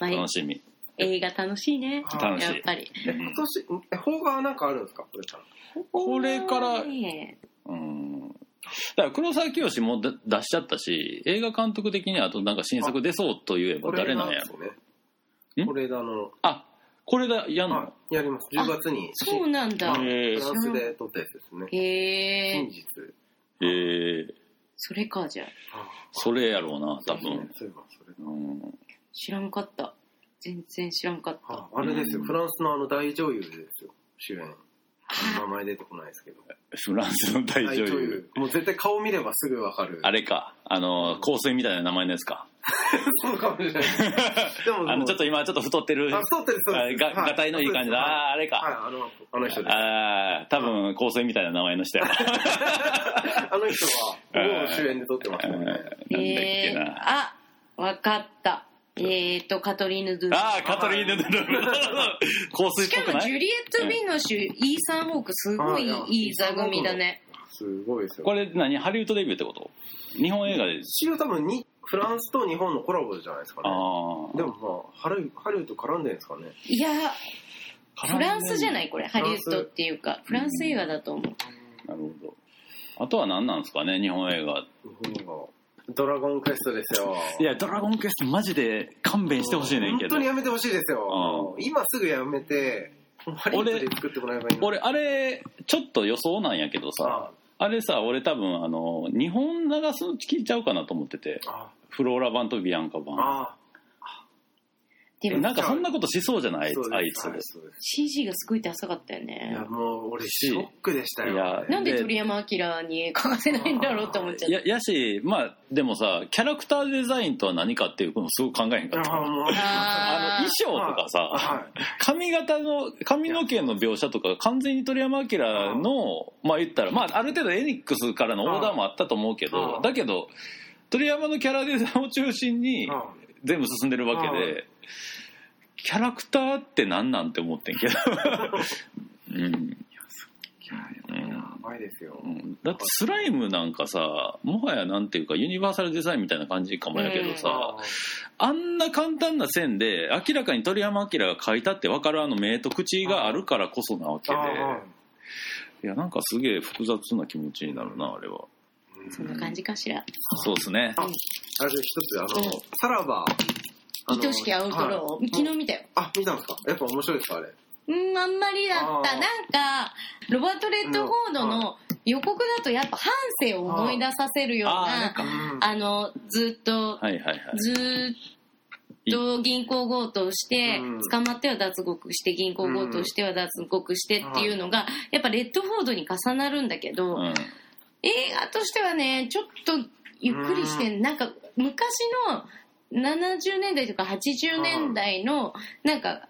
S2: ぱり
S1: 楽しみ
S2: 映画楽しいね。
S3: あ
S1: 楽し
S2: やっ
S1: い
S2: ぱり。
S3: ー。え今年、え邦画はなんかあるんですかこれから。
S1: これから
S2: ね
S1: うんだから黒沢清も出出しちゃったし映画監督的にはあとなんか新作出そうといえば誰なんやろ
S3: これ
S1: ん
S3: これだの、
S1: あこれだやんの、
S3: あやります。10月に、
S2: そうなんだ。
S1: へえ
S3: フランスで撮ったやつですね。
S2: へえ
S3: 真。実。
S1: えー
S2: それかじゃあ。
S3: あ
S1: それやろうな
S3: ー
S1: 多分、
S3: そういえばそれだ
S1: うん、
S2: 知らんかった。全然知らんかった。
S3: ああれですよ、
S1: うん
S3: フランスのあの大女優ですよ、主演。名前出てこないですけど。
S1: フランスの大女優
S3: もう絶対顔見ればすぐわかる。
S1: あれかあの香水みたいな名前のやつか
S3: そうかもしれない。でも、
S1: あのちょっと今ちょっと太ってる
S3: あ、太ってる、そう
S1: あ
S3: です。
S1: ががたいのいい感じだ、
S3: は
S1: あーあれか、
S3: い、はいあの、あの人です。
S1: ああ、多分香水みたいな名前の 人やわ。
S3: あの人は、もう主演で撮ってます
S1: うん
S3: もん
S1: なん
S3: ね
S1: だ。っけ
S2: えー、
S1: な。
S2: あ、わかった。えーと、カトリーヌ・ドゥン。
S1: ああ、カトリーヌ・ドゥルル。香水
S2: し
S1: っぽ
S2: か
S1: く
S2: も
S1: な
S2: ジュ
S1: い
S2: リエット・ヴィンの主、イーサン・ホーク、すごい
S3: あー
S2: いい座組だね。
S3: すごいですよ。
S1: これ何ハリウッドデビューってこと日本映画で。
S3: 一応多分に、フランスと日本のコラボじゃないですか
S1: あ
S3: ね。
S1: あ。。
S3: でもまあ、ハリウハリウッド絡んでるんですかね。
S2: いや、フランスじゃないいこれ、ハリウッドっていうか、フ
S1: フラ
S2: ラ
S1: ン
S2: ン
S1: ス
S2: ス映画だと思う。
S1: なるほど。あとは何なんですかね、日本映画。
S3: 日本が。ドラゴンクエストですよ。
S1: いや、ドラゴンクエストマジで勘弁してほしいねんけど
S3: 本当に。やめてほしいですよ。
S1: う
S3: 今すぐやめて、ハリウッドで作ってもらえばいいのに
S1: 俺、あれ、ちょっと予想なんやけどさ、
S3: あ
S1: あれさ、俺多分、あの、日本流すの聞いちゃうかなと思ってて、
S3: あ、
S1: フローラ版とビアンカ版。
S3: あ
S1: え
S2: でも
S1: なんかそんなことしそうじゃないあい
S3: そう
S1: つ
S3: です
S1: あいつ、
S3: はいそうです
S2: CG がすごいダサかったよ
S3: い
S2: ね
S3: や、。もう俺、ショックでしたよ。
S1: いや
S2: なんで鳥山明に絵描かせないんだろうって思っちゃ
S1: や
S2: っ
S1: やしまあでもさキャラクターデザインとは何かっていうのをすごく考えへんかった
S3: あもう。
S2: あ
S1: あの衣装とかさ
S3: はい
S1: 髪型の髪の毛の描写とか完全に鳥山明のまあ言ったらまあある程度エニックスからのオーダーもあったと思うけ
S3: う
S1: ど
S3: ん
S1: だけど鳥山のキャラデザインを中心に
S3: あ
S1: 全部進んでるわけでキャラクターって何なんて思って んけど、うん、
S3: いややばいですよ
S1: う。んだってスライムなんかさもはやなんていうかユニバーサルデザインみたいな感じかもやけどさ、あんな簡単な線で明らかに鳥山明が描いたって分かるあの目と口があるからこそなわけ
S3: あ
S1: で
S3: あ
S1: いやなんかすげえ複雑な気持ちになるなあれは
S3: うん
S2: た。そんな感じかしら。
S1: そうですね
S3: あれ、一つ、あの
S2: うん、
S3: さらば。あの
S2: 愛しきアウト
S3: はい
S2: ロー、昨日見たよ。
S3: あ、見たんですかやっぱ面白いですかあれ。
S2: うん、あんまりだった。なん
S3: あー
S2: か、ロバート・レッドフォードの予告だとやっぱ半生を思い出させるよう
S1: あーなん
S2: な、
S1: か
S3: うん
S2: あの、ずっと、
S1: はいはいはい
S2: ずーっと銀行強盗して
S3: うん、
S2: 捕まっては脱獄して、銀行強盗しては脱獄してっていうのが、やっぱレッドフォードに重なるんだけど、
S1: うん
S2: 映画としてはねちょっとゆっくりしてんなんか昔の70年代とか80年代のなんか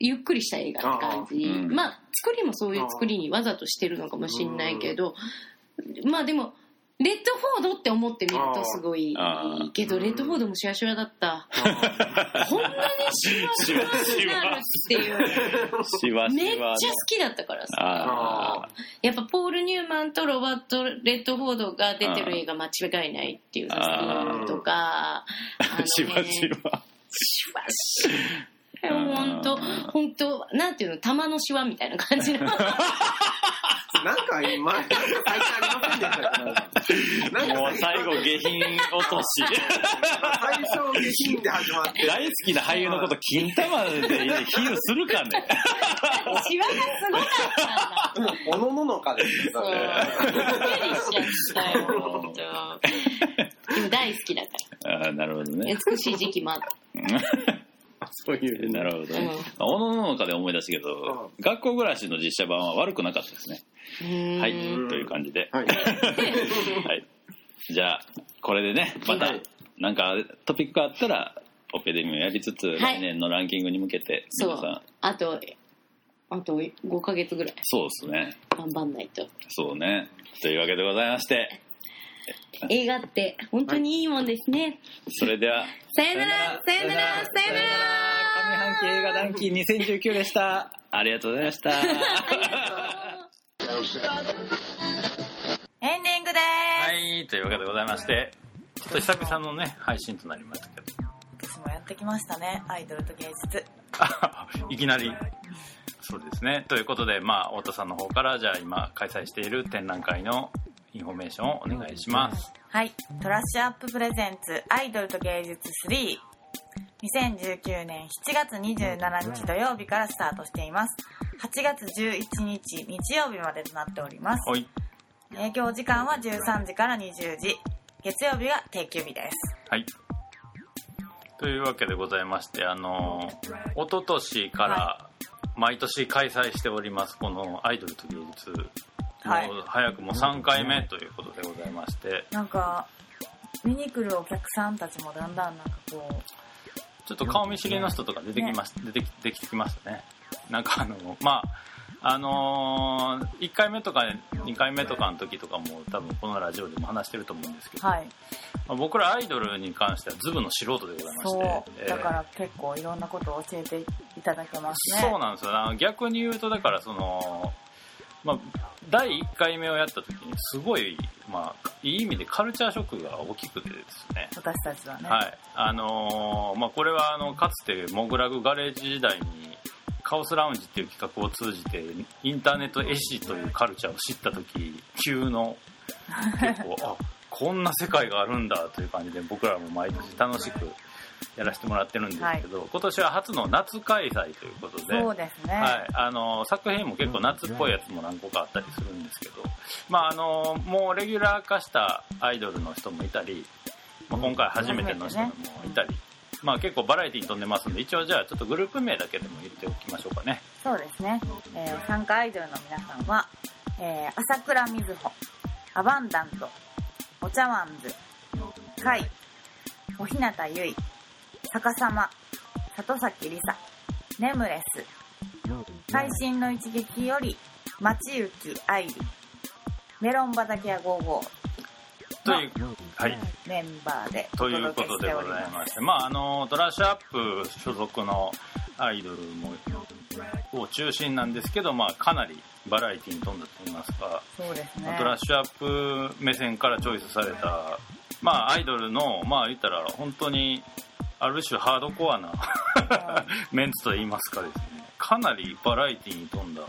S2: ゆっくりした映画って感じ
S1: あーうん
S2: まあ作りもそういう作りにわざとしてるのかもしんないけどまあでもレッドフォードって思ってみるとすごいいいけ
S3: あ
S2: ど
S3: ー
S2: レッドフォードもシワシワだったこんなにシワシワになるっていう
S1: しわし
S2: めっちゃ
S1: わ
S2: 好きだったからさ
S1: ああ
S2: やっぱポール・ニューマンとロバート・レッドフォードが出てる映画間違いないっていうのとか、あのね、
S1: しわしわ
S2: シワシワ本当本当なんていうの玉のシワみたいな感じの
S3: なんか、今、最近ありませんでしたっけ
S1: もう最後下品落とし
S3: 最初、下品で始まって。
S1: 大好きな俳優のこと金玉でヒールするかね
S2: シワがすごかったんだ
S3: おのののかです
S2: そうびっくりしちゃったよ本当でも大好きだか
S1: ああなるほど
S2: ら
S1: ね
S2: 美しい時期もあった
S3: そういう
S1: なるほど
S2: うん
S1: ねおのののかで思い出したけど学校暮らしの実写版は悪くなかったですね
S2: うーん
S1: はいという感じで
S3: はい。
S1: はいじゃあこれでねまた
S2: はい
S1: なんかトピックがあったらオペデミをやりつつ、
S2: い
S1: 来年のランキングに向けて
S2: そ
S1: 皆
S2: う
S1: さん
S2: あとあと5ヶ月ぐらい
S1: そうですね
S2: 頑張んないと
S1: そうねというわけでございまして
S2: 映画って本当にいいもんですね、
S1: それでは
S2: さよならさよならさよなら
S1: 上半期映画ランキング2019でしたありがとうございました
S4: エンディングでーす、
S1: はいというわけでございましてちょっと久々のね配信となりましたけど
S4: 私もやってきましたねアイドルと芸術
S1: あ いきなりそうですねということでまあ太田さんの方からじゃあ今開催している展覧会のインフォメーションをお願いします
S4: はいトラッシュアッププレゼンツアイドルと芸術3 2019年7月27日土曜日からスタートしています8月11日日曜日までとなっております
S1: おい
S4: 営業時間は13時から20時月曜日が定休日です
S1: はいというわけでございましてあの一昨年から毎年開催しておりますこのアイドルと芸術
S4: はい
S1: もう早くも3回目ということでございまして
S4: なんか見に来るお客さんたちもだんだんなんかこう
S1: ちょっと顔見知りの人とか出てきまし、出てきできてきましたね。なんかあの、まあ、あのー、1回目とか2回目とかの時とかも多分このラジオでも話してると思うんですけど、
S4: はい
S1: まあ僕らアイドルに関してはズブの素人でございまし
S4: そ
S1: て、
S4: うだから結構いろんなことを教えていただけますね
S1: そうなんですよあの逆に言うとだからその、まあ、第1回目をやった時にすごい、まあ、いい意味でカルチャーショックが大きくてですね
S4: 私たちはね、
S1: はいあのーまあ、これはあのかつてモグラグガレージ時代にカオスラウンジっていう企画を通じてインターネット絵師というカルチャーを知った時急の結 構あこんな世界があるんだという感じで僕らも毎年楽しくやらせてもらってるんですけど、今年は初の夏開催ということで
S4: そうですね、
S1: はい、あの作品も結構夏っぽいやつも何個かあったりするんですけど、まあ、あのもうレギュラー化したアイドルの人もいたり、まあ、今回初めての人もいたり、まあ、結構バラエティに飛んでますんで一応じゃあちょっとグループ名だけでも言っておきましょうかね
S4: そうですね、えー参加アイドルの皆さんは、えー朝倉瑞穂アバンダントお茶碗ずカイおひなたゆい逆さま里崎りさネムレス最新の一撃より町行き愛理メロン畑屋55
S1: という,、はい、
S4: メンバーでお
S1: という
S4: 届
S1: こ
S4: け
S1: と
S4: し
S1: で
S4: て
S1: ご
S4: お
S1: ざ
S4: り
S1: い
S4: ます
S1: まして、まあ、あのドラッシュアップ所属のアイドルもを中心なんですけど、まあ、かなりバラエティに富んだと言いますか。
S4: そうですね
S1: トラッシュアップ目線からチョイスされた、まあ、アイドルの、まあ、言ったら本当にある種ハードコアな メンツといいますかですねかなりバラエティに富んだ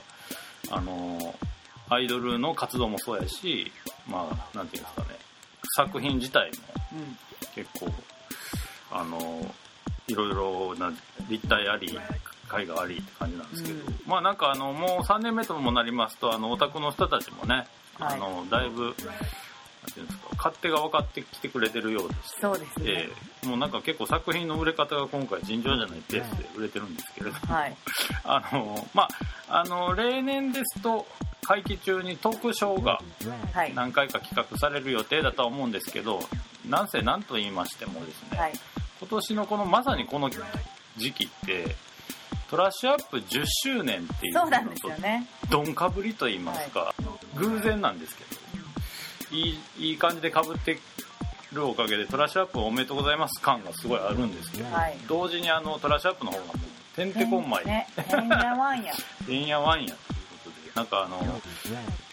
S1: あのアイドルの活動もそうやしまあなんていうんですかね作品自体も
S4: うんうん
S1: 結構あのいろいろな立体あり絵画ありって感じなんですけど、
S4: うん
S1: まあなんかあのもう3年目ともなりますとあのオタクの人たちもね、
S4: はい
S1: あのだいぶなんていうんですか勝手が分かってきてくれてるようでし
S4: そうですね、
S1: て、もうなんか結構作品の売れ方が今回尋常じゃないペースで売れてるんですけれども、
S4: はい
S1: あのまああの例年ですと会期中にトークショーが
S4: はい
S1: 何回か企画される予定だとは思うんですけどなんせ何と言いましてもですね、
S4: はい
S1: 今年のこのまさにこの時期ってトラッシュアップ10周年っていう
S4: そうなんですよね
S1: どんかぶりと言いますか、偶然なんですけどいいいい感じでかぶってるおかげでトラッシュアップおめでとうございます感がすごいあるんですけど、
S4: はい
S1: 同時にあのトラッシュアップの方がもうてんてこんまい
S4: ね、てんやわん や。
S1: てんやわんやということでなんかあの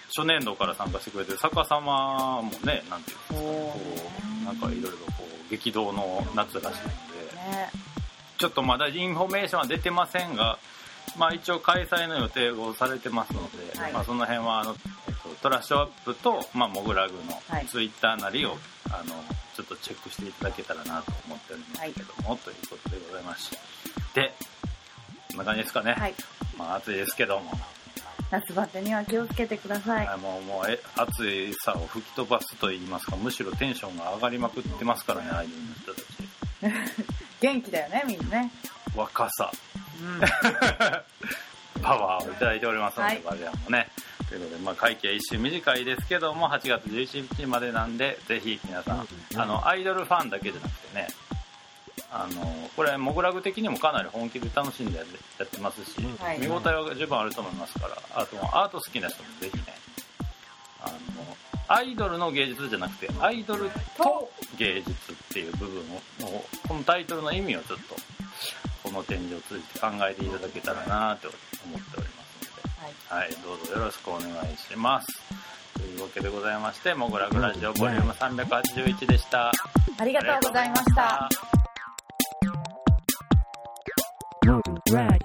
S1: 初年度から参加してくれてる逆さまもねなんていう
S4: お
S1: かこう
S4: ー
S1: なんかいろいろこう激動の夏らしいので。
S4: ね、
S1: ちょっとまだインフォメーションは出てませんが、まあ、一応開催の予定をされてますので、
S4: はい
S1: まあ、その辺はあの、えっと、トラッシュアップと、まあ、モグラグの
S4: はい
S1: ツイッターなりを、あのちょっとチェックしていただけたらなと思っておりますけども、ということでございましてこんな感じですかね、
S4: はい。
S1: まあ、暑いですけども、
S4: 夏バテには気をつけてください。
S1: あもうもうえ暑いさを吹き飛ばすといいますかむしろテンションが上がりまくってますからねアイドルの人たち
S4: 元気だよね、みんなね。
S1: 若さ
S4: うん。
S1: パワーをいただいておりますので、
S4: はい
S1: 我々もね。ということで、まあ、会期は一週短いですけども、8月11日までなんで、ぜひ皆さん、あの、アイドルファンだけじゃなくてね、あの、これ、モグラグ的にもかなり本気で楽しんでやってますし、
S4: はい
S1: 見応えは十分あると思いますから、あと、アート好きな人もぜひね、あの、アイドルの芸術じゃなくて、アイドルと芸術っていう部分を、もうこのタイトルの意味をちょっと、この展示を通じて考えていただけたらなと思っておりますので、
S4: はい
S1: はい、どうぞよろしくお願いします。というわけでございまして、もぐらぐラジオボリューム381でした。あ
S4: ありがとうございました。
S5: Moon Rag.